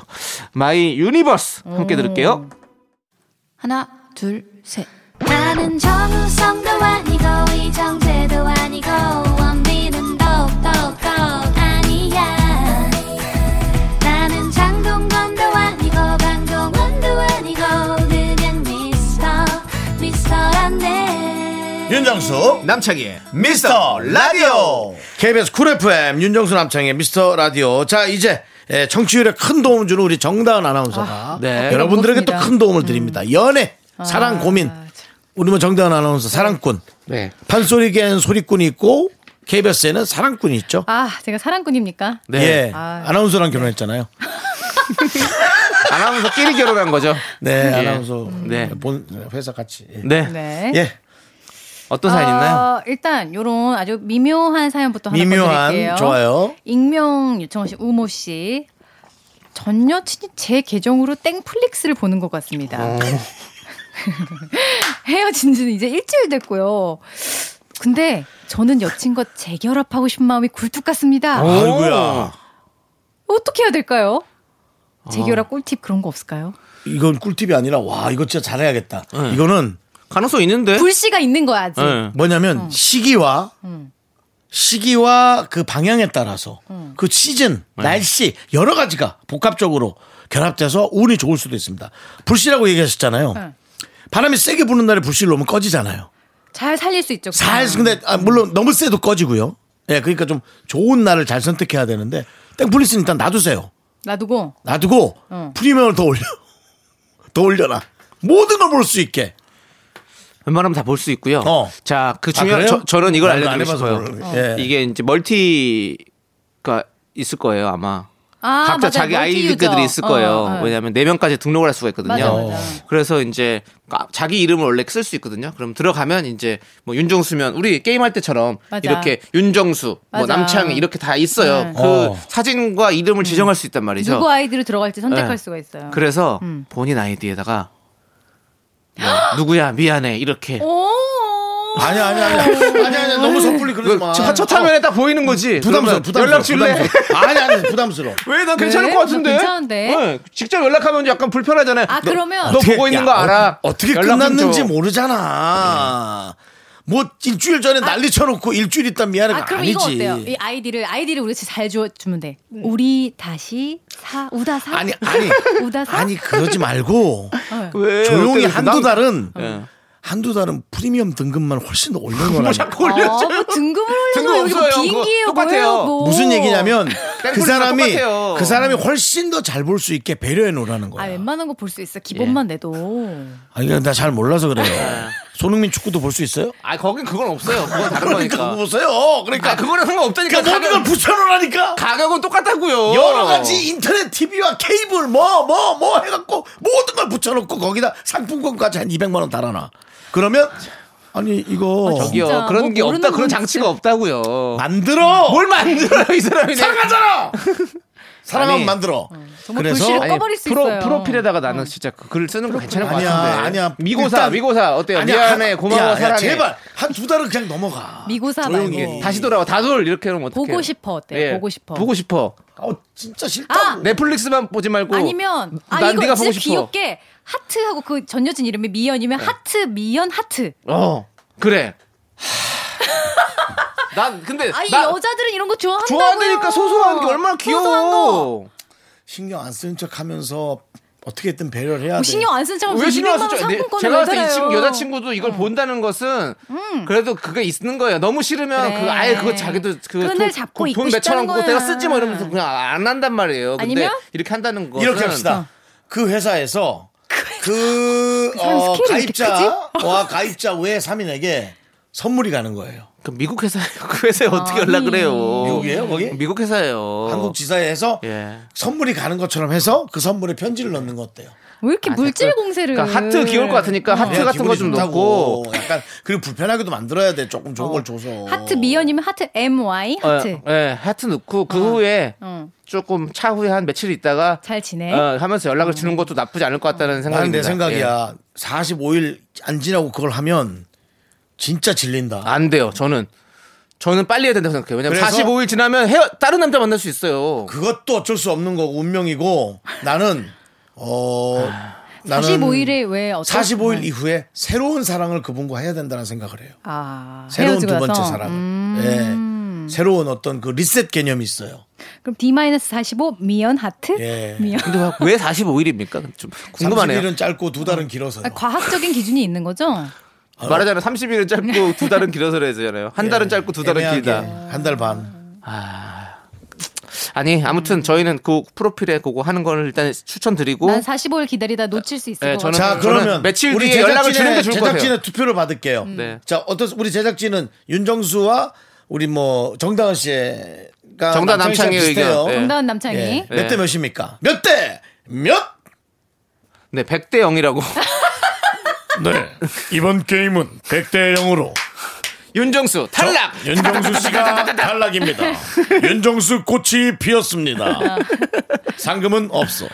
S2: 마이 유니버스 함께 들을게요.
S6: 하나, 둘, 셋.
S7: 나는 정우성도 아니고 이정재도 아니고 원빈은 더욱더 아니야 나는 장동건도 아니고 강동원도 아니고 그냥 미스터 미스터란데
S1: 윤정수 남창희의 미스터 라디오 KBS 쿨 FM 윤정수 남창희의 미스터 라디오 자 이제 예, 청취율에 큰 도움을 주는 우리 정다은 아나운서가
S2: 네. 음. 아,
S1: 여러분들에게 또
S6: 고맙습니다.
S1: 큰 도움을 드립니다 연애 사랑 고민 우리 뭐 정다은 아나운서 사랑꾼
S2: 네.
S1: 판소리계엔 소리꾼이 있고 KBS에는 사랑꾼이 있죠
S6: 아, 제가 사랑꾼입니까?
S2: 네.
S1: 예
S6: 아.
S1: 아, 나운서랑 결혼했잖아요
S2: 아나운서끼리 결혼한 거죠.
S1: 네
S2: 예.
S1: 아나운서
S2: 네.
S1: 본 회사 같이 예.
S2: 네.
S6: 네.
S1: 예.
S2: 어떤 사연 있나요?
S6: 어, 일단 요런 아주 미묘한 사연부터 하나
S1: 미묘한
S6: 보내드릴게요.
S1: 좋아요
S6: 익명 요청하신 우모 씨. 전 여친이 제 계정으로 땡플릭스를 보는 것 같습니다. 헤어진 지는 이제 일주일 됐고요. 근데 저는 여친과 재결합하고 싶은 마음이 굴뚝 같습니다.
S1: 어. 아이고야
S6: 어떻게 해야 될까요? 재결합 꿀팁 그런 거 없을까요?
S1: 이건 꿀팁이 아니라 와 이거 진짜 잘해야겠다 이거는
S2: 가능성 있는데.
S6: 불씨가 있는 거야, 아직.
S2: 네.
S1: 뭐냐면 시기와 시기와 그 방향에 따라서 그 시즌, 날씨 여러 가지가 복합적으로 결합돼서 운이 좋을 수도 있습니다. 불씨라고 얘기하셨잖아요. 바람이 세게 부는 날에 불씨를 놓으면 꺼지잖아요.
S6: 잘 살릴 수 있죠.
S1: 잘
S2: 음.
S6: 그냥.
S1: 근데 아, 물론 너무 세도 꺼지고요. 예, 그러니까 좀 좋은 날을 잘 선택해야 되는데 땡플리스는 일단 놔두세요.
S6: 놔두고.
S1: 놔두고
S2: 어.
S1: 프리미엄을 더 올려 더 올려놔 모든 걸 볼 수 있게.
S2: 웬만하면 다 볼 수 있고요.
S1: 어.
S2: 자, 그
S1: 아,
S2: 중요한
S1: 그래요?
S2: 저, 저는 이걸
S1: 나도 안
S2: 알려드리고
S1: 해봐서
S2: 싶어요.
S1: 모르겠네. 예.
S2: 이게 이제 멀티가 있을 거예요, 아마.
S6: 아,
S2: 각자
S6: 맞아요.
S2: 자기
S6: 멀티
S2: 아이디들이
S6: 유저.
S2: 있을
S6: 어,
S2: 거예요.
S6: 어.
S2: 왜냐하면 네 명까지 등록을 할 수가 있거든요.
S6: 맞아, 맞아.
S2: 그래서 이제 아, 자기 이름을 원래 쓸 수 있거든요. 그럼 들어가면 이제 뭐 윤정수면 우리 게임 할 때처럼
S6: 맞아.
S2: 이렇게 윤정수, 뭐
S6: 맞아.
S2: 남창희 이렇게 다 있어요.
S6: 네.
S2: 그
S1: 어.
S2: 사진과 이름을 지정할 수 있단 말이죠.
S6: 누구 아이디로 들어갈지 선택할
S2: 네.
S6: 수가 있어요.
S2: 그래서
S6: 음.
S2: 본인 아이디에다가 뭐, 누구야 미안해 이렇게
S6: 오.
S1: 아니 아니 아니 아니 아니 너무 섣불리 그러지 마. 어.
S2: 첫, 첫 화면에 딱 보이는 거지.
S1: 부담스러워.
S2: 그러면
S1: 부담스러워.
S2: 연락 줄래?
S1: 부담스러워. 아니 아니 부담스러워.
S2: 왜 나 괜찮을
S6: 왜?
S2: 것 같은데?
S6: 나 네, 괜찮은데?
S2: 네, 직접 연락하면 약간 불편하잖아요.
S6: 아,
S2: 너-
S6: 그러면
S2: 너 보고 있는 거 알아?
S1: 어, 떻게
S2: 연락 좀
S1: 끝났는지
S2: 줘.
S1: 모르잖아. 뭐 일주일
S2: 아.
S1: 전에 난리 쳐놓고 일주일 있다 미안해가
S6: 아,
S1: 아,
S6: 그럼
S1: 니지
S6: 이거 어때요? 이 아이디를 아이디를 우리 같이 잘 주, 주면 돼. 우리 다시 사 우다사
S1: 아니 아니
S6: 우다사 어,
S1: 아니 그러지 말고
S2: 어. 왜?
S1: 조용히
S2: 어때?
S1: 한두
S2: 난-
S1: 달은
S2: 예.
S1: 한두 달은 프리미엄 등급만 훨씬 더 올려놓으라.
S6: 아, 뭐 등급을 올려서
S2: 등급
S6: 여기 뭐
S2: 없어요. 그거
S6: 비행기예요.
S2: 똑같아요.
S6: 뭐예요, 뭐.
S1: 무슨 얘기냐면 그
S2: 땡플릭스랑
S1: 사람이
S2: 똑같아요.
S1: 그 사람이 훨씬 더 잘 볼 수 있게 배려해 놓으라는
S6: 아
S1: 거야.
S6: 웬만한 거 볼 수 있어. 기본만
S2: 예.
S6: 내도.
S1: 아니 나 잘 몰라서 그래요. 손흥민 축구도 볼 수 있어요?
S2: 아, 거긴 그건 없어요. 그건 네. 다른
S1: 그러니까
S2: 거니까.
S1: 보세요. 그러니까
S2: 아, 그거랑 상관없다니까.
S1: 그러니까 모든 걸 붙여놓으라니까.
S2: 가격은 어. 똑같다고요.
S1: 여러 가지 인터넷 TV와 케이블 뭐 뭐 뭐 해갖고 모든 걸 붙여놓고 거기다 상품권까지 한 200만 원 달아놔. 그러면 아니 이거
S2: 저기요.
S6: 진짜,
S2: 그런
S6: 뭐
S2: 게
S6: 모르는
S2: 없다. 그런
S6: 건
S2: 장치가 없다고요.
S1: 만들어
S2: 뭘 만들어요, 이 사람이.
S1: 사랑하잖아. 사랑하면
S2: 아니,
S1: 만들어.
S6: 정말 불씨를
S2: 아니,
S6: 꺼버릴 수
S2: 프로,
S6: 있어요. 네.
S2: 프로필에다가 나는 진짜 그글 쓰는 거 괜찮을 것
S1: 아니야,
S2: 같은데.
S1: 아니야.
S2: 미고사,
S1: 일단-
S2: 미고사. 어때요? 미안해,
S1: 한-
S2: 고마워,
S1: 야, 야,
S2: 사랑해.
S1: 제발 한 두 달은 그냥 넘어가.
S6: 미고사
S1: 조용히.
S6: 말고.
S2: 다시 돌아와. 다돌 이렇게 하면 어떡해
S6: 보고 싶어 어때요? 보고 싶어.
S2: 예. 보고 싶어.
S1: 어 진짜 싫다고.
S6: 아
S2: 네. 넷플릭스만 보지 말고
S6: 아니면 아
S2: 난
S6: 이거
S2: 네가
S6: 진짜
S2: 보고 싶어. 예.
S6: 귀엽게 하트하고 그 전 여친 이름이 미연이면 하트 미연 하트.
S2: 어 그래. 난 근데
S6: 아이
S2: 나
S6: 여자들은 이런 거 좋아한다고요.
S2: 좋아하니까 소소한 게 얼마나
S6: 소소한 거.
S2: 귀여워.
S1: 신경 안 쓰는 척하면서 어떻게든 배려를 해야
S6: 뭐
S1: 돼.
S6: 신경 안 쓰는 척
S2: 왜 신경 안 쓰죠? 내- 네, 제가 봤을 때이 친구 여자친구도
S6: 어.
S2: 이걸 본다는 것은 그래도 그게 있는 거예요. 너무 싫으면
S6: 음. 그래.
S2: 그 아예 그거 자기도
S6: 끈을 잡고 있고
S2: 그돈 몇천 원
S6: 싶다는
S2: 그거
S6: 거야.
S2: 내가 쓰지 뭐 이러면서 그냥 안 한단 말이에요. 근데
S6: 아니면?
S2: 이렇게 한다는 어. 거
S1: 이렇게
S6: 어.
S1: 합시다. 그 회사에서 그,
S6: 사람 그
S1: 어,
S6: 스케일이 이렇게
S1: 가입자와 가입자 외 3인에게 선물이 가는 거예요.
S2: 그 미국 회사 그 회사에 어떻게
S6: 아니.
S2: 연락을 해요?
S1: 미국이에요, 거기?
S2: 미국 회사예요.
S1: 한국 지사에서
S2: 예.
S1: 선물이 가는 것처럼 해서 그 선물에 편지를 넣는 거 어때요?
S6: 왜 이렇게
S2: 아,
S6: 물질
S2: 댓글.
S6: 공세를? 어.
S2: 그러니까 하트 귀여울 것 같으니까 하트
S1: 그래야
S2: 같은
S1: 네, 예, 기분이
S2: 거 좀 넣고.
S1: 좋다고. 약간 그리고 불편하게도 만들어야 돼. 조금 좋은 걸 줘서.
S6: 하트 미연이면 하트 M Y 하트.
S2: 어, 예, 하트 넣고 그 후에
S6: 어.
S2: 조금 차후에 한 며칠 있다가
S6: 잘 지내?
S2: 어, 하면서 연락을 주는 것도 나쁘지 않을 것 같다는
S1: 나는
S2: 생각입니다.
S1: 내
S2: 예.
S1: 생각이야. 45일 안 지나고 그걸 하면 진짜 질린다.
S2: 안 돼요. 저는 저는 빨리 해야 된다고 생각해요. 왜냐면
S1: 그래서?
S2: 45일 지나면 헤어, 다른 남자 만날 수 있어요.
S1: 그것도 어쩔 수 없는 거고 운명이고 나는 어 나는
S6: 45일에 왜 아. 어떤 네.
S1: 45일 이후에 새로운 사랑을 그분과 해야 된다는 생각을 해요.
S6: 아,
S1: 새로운 두
S6: 헤어지고
S1: 번째
S6: 나서?
S1: 사랑을.
S6: 음.
S1: 예. 새로운 어떤 그 리셋 개념이 있어요.
S6: 그럼 D-45 미연 하트?
S1: 예.
S6: 미연.
S2: 근데 왜- 왜 45일입니까? 좀 궁금하네요.
S1: 30일은 짧고 두 달은 길어서.
S6: 아, 과학적인 기준이 있는 거죠?
S2: 어?
S1: 아.
S2: 말하자면 30일은 짧고 두 달은 길어서 해야잖아요.
S1: 예,
S2: 한 달은 짧고 두 달은 길다.
S1: 한달 반.
S2: 아니 아무튼 저희는 그 프로필에 그거 하는 걸 일단 추천드리고
S6: 난 45일 기다리다 놓칠 수 있을
S2: 네,
S6: 것
S2: 저는-
S1: 자,
S6: 같아요.
S1: 그러면
S2: 며칠
S1: 우리
S2: 뒤에 연락을 주는 게 좋을 것 같아요.
S1: 제작진의 투표를 받을게요.
S2: 네.
S1: 자, 어떤 우리 제작진은 윤정수와 우리 뭐 정다은 씨가
S2: 정다은
S1: 남창희 씨랑
S2: 남창희의
S1: 비슷해요.
S2: 의견, 네.
S6: 정다은 남창이.
S1: 예.
S2: 네.
S1: 몇 대 몇입니까? 몇 대 몇?
S2: 네 100대 0이라고
S5: 네. 이번 게임은 100대 0으로
S2: 윤정수 탈락
S5: 윤정수 씨가 탈락입니다. 윤정수 꽃이 피었습니다.
S1: 상금은 없어.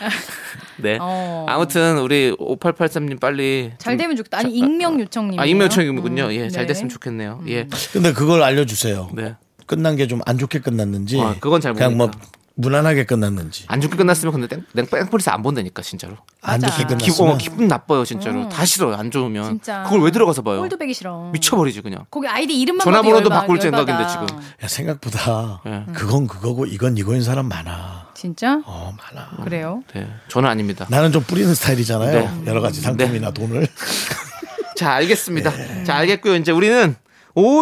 S2: 네
S6: 어.
S2: 아무튼 우리 5883님 빨리
S6: 잘 되면 좋겠다. 아니 익명 요청님.
S2: 아 익명 청이군요
S6: 네.
S2: 예잘 됐으면 좋겠네요 예
S1: 근데 그걸 알려주세요.
S2: 네.
S1: 끝난 게 좀 안 좋게 끝났는지.
S2: 아, 그건 잘
S1: 그냥 뭐
S2: 모르니까.
S1: 무난하게 끝났는지.
S2: 안 좋게 끝났으면 근데 땡, 땡, 땡포리스 안 본다니까 진짜로
S1: 안
S6: 맞아.
S1: 좋게
S2: 기분, 어,
S1: 끝났으면
S2: 기분 나빠요 진짜로 다 싫어요 안 좋으면
S6: 음. 진짜.
S2: 그걸 왜 들어가서 봐요
S6: 꼴도 배기 싫어.
S2: 미쳐버리지 그냥
S6: 거기 아이디 이름만
S2: 전화번호도
S6: 봐도 열받-
S2: 바꿀
S6: 열받아.
S2: 생각인데 지금
S1: 야, 생각보다
S2: 예.
S1: 그건 그거고 이건 이거인 사람 많아.
S6: 진짜?
S1: 어 많아.
S6: 그래요?
S2: 네 저는 아닙니다
S1: 나는 좀 뿌리는 스타일이잖아요.
S2: 네.
S1: 여러 가지 상품이나 돈을.
S2: 자, 알겠습니다.
S1: 네.
S2: 자, 알겠고요. 이제 우리는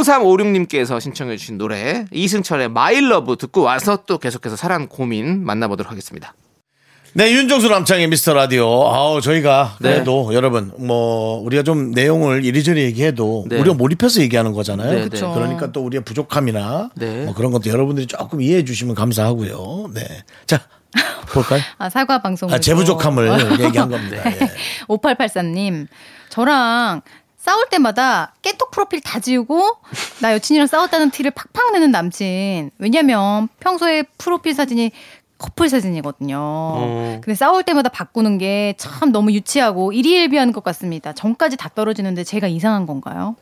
S2: 5356님께서 신청해 주신 노래 이승철의 마일러브 듣고 와서 또 계속해서 사랑 고민 만나보도록 하겠습니다.
S1: 네, 윤종수 남창의 미스터 라디오. 아우, 저희가
S2: 네.
S1: 그래도 여러분, 뭐, 우리가 좀 내용을 이리저리 얘기해도
S2: 네.
S1: 우리가 몰입해서 얘기하는 거잖아요.
S2: 네, 그쵸.
S1: 그러니까 또 우리의 부족함이나
S2: 네.
S1: 뭐 그런 것도 여러분들이 조금 이해해 주시면 감사하고요. 네. 자, 볼까요?
S6: 아 사과 어. 방송.
S1: 아, 제 부족함을 얘기한 겁니다. 예.
S6: 5883님, 저랑 싸울 때마다 깨톡 프로필 다 지우고 나 여친이랑 싸웠다는 티를 팍팍 내는 남친. 왜냐면 평소에 프로필 사진이 커플 사진이거든요.
S2: 어.
S6: 근데 싸울 때마다 바꾸는 게 참 너무 유치하고 일희일비한 것 같습니다. 정까지 다 떨어지는데 제가 이상한 건가요?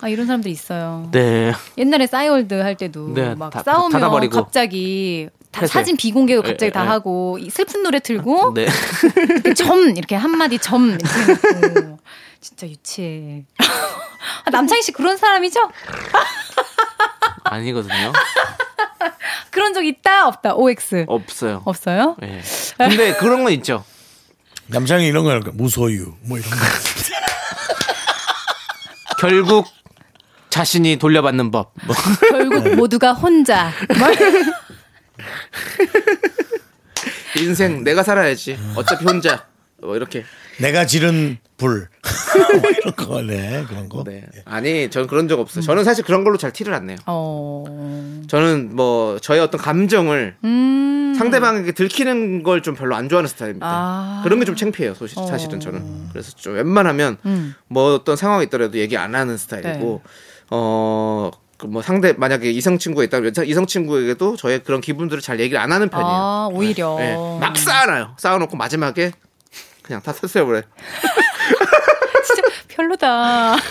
S6: 아 이런 사람들 있어요.
S2: 네.
S6: 옛날에 싸이월드 할 때도
S2: 네,
S6: 막
S2: 다- 다
S6: 싸우면
S2: 닫아버리고.
S6: 갑자기 다
S2: 폐쇄.
S6: 사진 비공개 갑자기
S2: 예,
S6: 다
S2: 예.
S6: 하고 이 슬픈 노래 틀고
S2: 네.
S6: 이렇게 점 이렇게 한 마디 점 이렇게 해놓고. 진짜 유치해. 아, 남창희 씨 그런 사람이죠?
S2: 아니거든요.
S6: 그런 적 있다 없다 OX
S2: 없어요.
S6: 없어요?
S2: 예. 근데 그런 건 있죠.
S1: 남창이 이런 거 할까? 무소유. 뭐 이런 거.
S2: 결국 자신이 돌려받는 법. 뭐.
S6: 결국 모두가 혼자.
S2: 인생 내가 살아야지. 어차피 혼자. 뭐 이렇게.
S1: 내가 지른 불. 뭐 이런 거, 네. 그런 거.
S2: 네. 아니, 저는 그런 적
S6: 음.
S2: 없어요. 저는 사실 그런 걸로 잘 티를 안 내요.
S6: 어.
S2: 저는 뭐 저의 어떤 감정을 상대방에게 들키는 걸 좀 별로 안 좋아하는 스타일입니다.
S6: 음. 아. 어.
S2: 그런 게 좀 창피해요, 소시- 사실은 저는. 그래서 좀 웬만하면
S6: 음.
S2: 뭐 어떤 상황이 있더라도 얘기 안 하는 스타일이고,
S6: 네.
S2: 어, 그 뭐 상대 만약에 이성 친구가 있다면 이성 친구에게도 저의 그런 기분들을 잘 얘기를 안 하는 편이에요.
S6: 아 오히려.
S2: 예, 막 쌓아놔요. 쌓아놓고 마지막에 그냥 다 터트려버려요.
S6: 진짜 별로다.
S2: 네.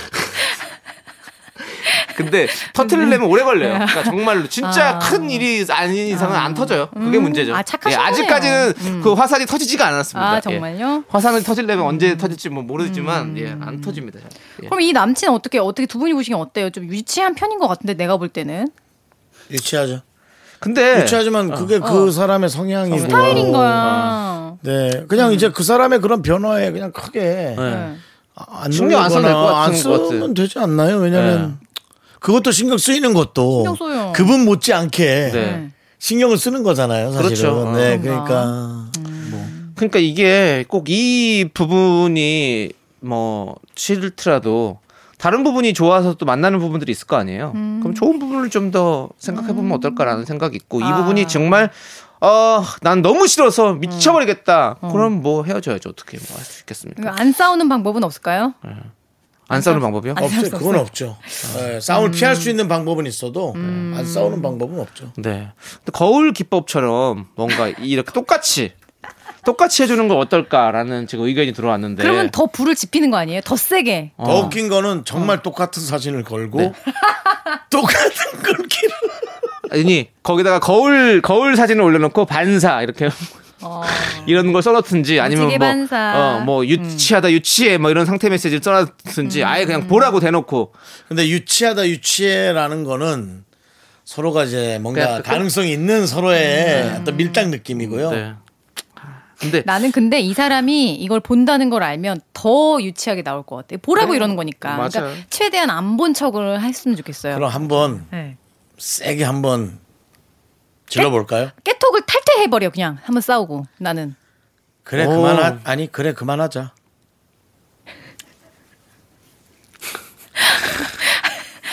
S2: 근데 터트리려면 오래 걸려요. 그러니까 정말로 진짜 큰 일이 아닌 이상은 안 터져요. 그게 문제죠. 예,
S6: 아, 착하신 거네요. 음.
S2: 아직까지는 그 화살이 터지지가 않았습니다.
S6: 아
S2: 예.
S6: 정말요? 음.
S2: 화산을 터질려면 언제 터질지 뭐 모르지만 예, 안 터집니다. 잘. 예.
S6: 그럼 이 남친 어떻게 어떻게 두 분이 보시기엔 어때요? 좀 유치한 편인 것 같은데 내가 볼 때는
S1: 유치하죠.
S2: 근데
S6: 네.
S1: 유치하지만
S2: 어.
S1: 그게 그 사람의 성향이고.
S6: 어. 스타일인
S2: 아.
S6: 거야. 음.
S1: 네, 그냥 이제 그 사람의 그런 변화에 그냥 크게 아,
S2: 네.
S1: 안
S2: 신경 안 써도 될것
S1: 놀리거나 안
S2: 같은 것 네.
S1: 쓰면 되지 않나요? 왜냐면 그것도 신경 쓰이는 것도
S6: 신경 써요.
S1: 그분 못지않게
S2: 네.
S1: 신경을 쓰는 거잖아요. 사실은.
S2: 그렇죠.
S1: 네,
S6: 어.
S1: 그러니까
S2: 그러니까 이게 꼭 이 부분이 뭐 싫더라도 다른 부분이 좋아서 또 만나는 부분들이 있을 거 아니에요.
S6: 음.
S2: 그럼 좋은 부분을 좀 더 생각해 보면 어떨까라는 생각이 있고 이
S6: 아. 음.
S2: 부분이 정말 어 난 너무 싫어서 미쳐버리겠다. 그럼 뭐 헤어져야죠 어떻게 뭐 할 수
S6: 이거
S2: 있겠습니까?
S6: 그러니까 안 싸우는 방법은 없을까요?
S2: 네. 안 싸우는 방법이요?
S6: 안
S1: 없죠.
S6: 싸울 수 음.
S1: 그건 없죠. 예, 싸움을 피할 수 있는 방법은 있어도 안 싸우는 방법은 없죠.
S2: 네. 근데 거울 기법처럼 뭔가 이렇게 똑같이 똑같이 해주는 건 어떨까라는 지금 의견이 들어왔는데.
S6: 그러면 더 불을 지피는 거 아니에요? 더 세게.
S2: 어.
S1: 더 웃긴 거는
S6: 어.
S1: 정말 똑같은 사진을 걸고
S2: 네.
S1: 똑같은 글귀를
S2: 아니 거기다가 거울 거울 사진을 올려놓고 반사 이렇게 이런 걸 써놓든지 아니면
S6: 어. 무지개
S2: 뭐,
S6: 반사. 음.
S2: 어, 뭐 유치하다 유치해 뭐 이런 상태 메시지를 써놨든지 아예
S6: 음.
S2: 그냥 보라고 대놓고
S1: 근데 유치하다 유치해라는 거는 서로가 이제 뭔가
S2: 그냥 그-
S1: 가능성이 있는 서로의 어떤 밀당 느낌이고요.
S2: 네. 근데
S6: 나는 근데 이 사람이 이걸 본다는 걸 알면 더 유치하게 나올 것 같아. 보라고
S2: 네.
S6: 이러는 거니까.
S2: 맞아요.
S6: 그러니까 최대한 안 본 척을 했으면 좋겠어요.
S1: 그럼 한번
S6: 네.
S1: 세게 한번 질러볼까요?
S6: 깨톡을 탈퇴해버려 그냥 한번 싸우고 나는.
S1: 그래
S2: 오.
S1: 그만하 아니 그래 그만하자.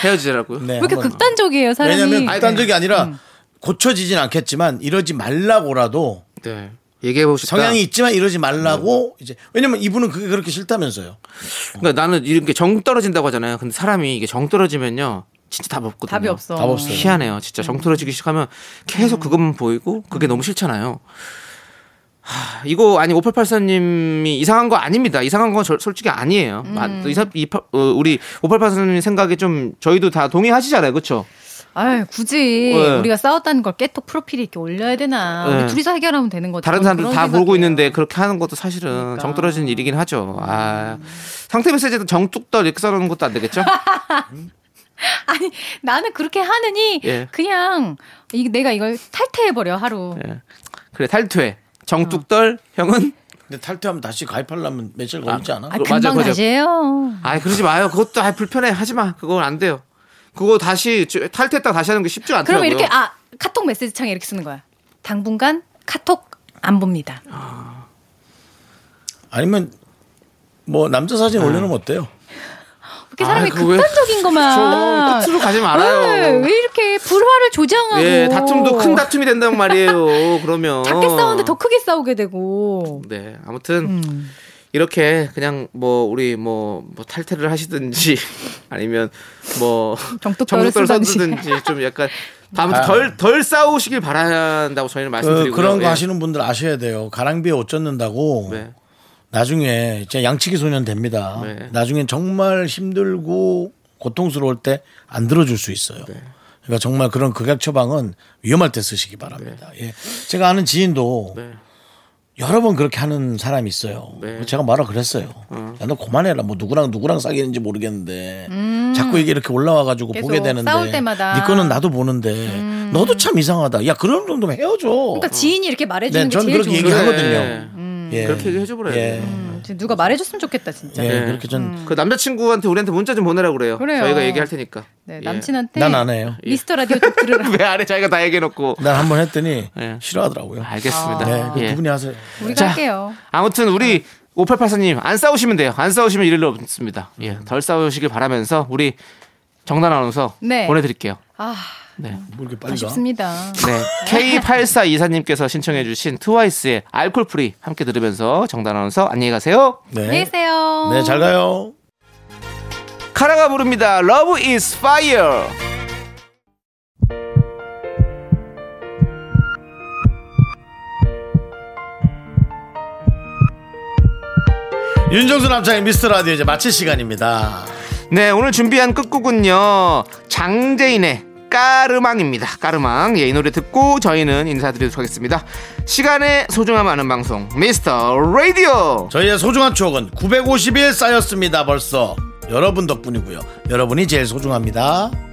S2: 헤어지라고요.
S1: 네,
S6: 왜 이렇게
S1: 한번.
S6: 극단적이에요 사람이?
S1: 왜냐면 극단적이 아니라 고쳐지진 않겠지만 이러지 말라고라도
S2: 네. 얘기해 보시다.
S1: 성향이 있지만 이러지 말라고 이제 왜냐면 이분은 그게 그렇게 싫다면서요.
S2: 그러니까 나는 이런 게 정 떨어진다고 하잖아요. 근데 사람이 이게 정 떨어지면요 진짜 답 없거든요.
S6: 답이 없어.
S1: 답 없어요.
S2: 희한해요. 진짜 정떨어지기 시작하면 계속 그것만 보이고
S6: 음.
S2: 그게 너무 싫잖아요. 하, 이거 아니 5884님이 이상한 거 아닙니다. 이상한 건 절- 솔직히 아니에요.
S6: 음.
S2: 마- 또 이사- 이파- 어, 우리 5884님 생각에 좀 저희도 다 동의하시잖아요. 그렇죠?
S6: 아유, 굳이
S2: 네.
S6: 우리가 싸웠다는 걸 깨톡 프로필에 이렇게 올려야 되나?
S2: 네.
S6: 우리 둘이서 해결하면 되는 거죠.
S2: 다른 사람들
S6: 그런
S2: 다 보고
S6: 생각이에요.
S2: 있는데 그렇게 하는 것도 사실은
S6: 그러니까. 음.
S2: 정 떨어진 일이긴 하죠. 아, 상태 메시지도 정뚝떨 이렇게 써놓는 것도 안 되겠죠?
S6: 아니 나는 그렇게 하느니
S2: 예.
S6: 그냥 이, 내가 이걸 탈퇴해 버려 하루.
S2: 예. 그래 탈퇴
S6: 어.
S2: 정뚝떨 형은
S1: 근데 탈퇴하면 다시 가입하려면 며칠 걸리지 않아?
S6: 아
S2: 그거
S6: 금방
S2: 맞아, 맞아.
S6: 다시 해요.
S2: 아 그러지 마요. 그것도 아 불편해. 하지 마. 그건 안 돼요. 그거 다시 저- 탈퇴했다가 다시 하는 게 쉽지 않더라고요.
S6: 그러면 이렇게 아 카톡 메시지 창에 이렇게 쓰는 거야. 당분간 카톡 안 봅니다.
S2: 아,
S1: 아니면 뭐 남자 사진 올려놓으면 어때요?
S6: 그렇게 사람이
S2: 아, 그거 왜-
S6: 극단적인
S2: 저
S6: 거만. 네,
S2: 끝으로 가지
S6: 왜,
S2: 말아요.
S6: 왜 이렇게 불화를 조장하고? 어.
S2: 예, 다툼도 어. 큰 다툼이 된단 말이에요. 그러면
S6: 작게 싸우는데 더 음. 크게 싸우게 되고.
S2: 네, 아무튼 이렇게 그냥 뭐 우리 뭐, 뭐 탈퇴를 하시든지 아니면 뭐
S6: 정뚝떨을
S2: 정뚝떨을
S6: 쓰든지.
S2: 써주든지 좀 약간 다음부터 덜, 덜 싸우시길 바라야 한다고 저희는
S1: 아. 그,
S2: 말씀드리고요.
S1: 그런 거
S2: 예.
S1: 하시는 분들 아셔야 돼요. 가랑비에 옷 젖는다고
S2: 네.
S1: 나중에 진짜 양치기 소년 됩니다.
S2: 네.
S1: 나중엔 정말 힘들고 고통스러울 때 안 들어줄 수 있어요.
S2: 네.
S1: 그러니까 정말 그런 극약 처방은 위험할 때 쓰시기 바랍니다. 예. 제가 아는 지인도
S2: 네.
S1: 여러 번 그렇게 하는 사람이 있어요.
S2: 네.
S1: 제가 말아 그랬어요. 야, 너 그만해라. 뭐 누구랑 누구랑 사귀는지 모르겠는데 자꾸 이게 이렇게 올라와가지고
S6: 음. 계속
S1: 보게 되는데
S6: 싸울 때마다.
S1: 네 거는 나도 보는데 너도 참 이상하다. 야 그런 정도면 헤어져.
S6: 음. 그러니까 지인이 이렇게
S1: 네,
S6: 말해주는 게
S1: 저는
S6: 제일
S1: 그렇게
S6: 좋은
S2: 얘기하-
S6: 거예요. 음.
S1: 얘기하거든요.
S2: 그래.
S1: 예.
S2: 그렇게 얘기해줘버려야
S1: 예.
S2: 돼요.
S6: 지금 누가 말해줬으면 좋겠다 진짜.
S1: 예, 그렇게 전
S6: 음.
S2: 그 남자친구한테 우리한테 문자 좀 보내라 그래요.
S6: 그래요.
S2: 저희가 얘기할 테니까.
S6: 네,
S2: 예.
S6: 남친한테
S1: 난 안 해요.
S6: 미스터 라디오 좀 들으라.
S2: 왜 안해 자기가 다 얘기해놓고.
S1: 난 한 번 했더니
S2: 예.
S1: 싫어하더라고요.
S6: 아,
S2: 알겠습니다.
S1: 네, 그 네.
S2: 예.
S1: 두 분이 하세요.
S6: 우리가
S2: 자.
S6: 할게요.
S2: 아무튼 우리 5884님 안 싸우시면 돼요. 안 싸우시면 이럴 일 없습니다. 예,
S1: 음.
S2: 덜 싸우시길 바라면서 우리 정단 아나운서
S6: 네.
S2: 보내드릴게요.
S6: 아,
S2: 네.
S1: 뭐 이렇게 빨리 가.
S6: 아쉽습니다.
S2: 네. K8424님께서 신청해주신 트와이스의 알콜 프리 함께 들으면서 정단 아나운서 안녕히 가세요.
S6: 안녕히
S1: 네.
S6: 계세요.
S1: 네, 잘 가요.
S2: 카라가 부릅니다. Love is fire.
S1: 윤정수 남창의 미스터 라디오 이제 마칠 시간입니다.
S2: 네, 오늘 준비한 끝곡은요. 장재인의 까르망입니다. 까르망. 예, 이 노래 듣고 저희는 인사드리도록 하겠습니다. 시간의 소중함 아는 방송, 미스터 라디오.
S1: 저희의 소중한 추억은 950일 쌓였습니다. 벌써 여러분 덕분이고요. 여러분이 제일 소중합니다.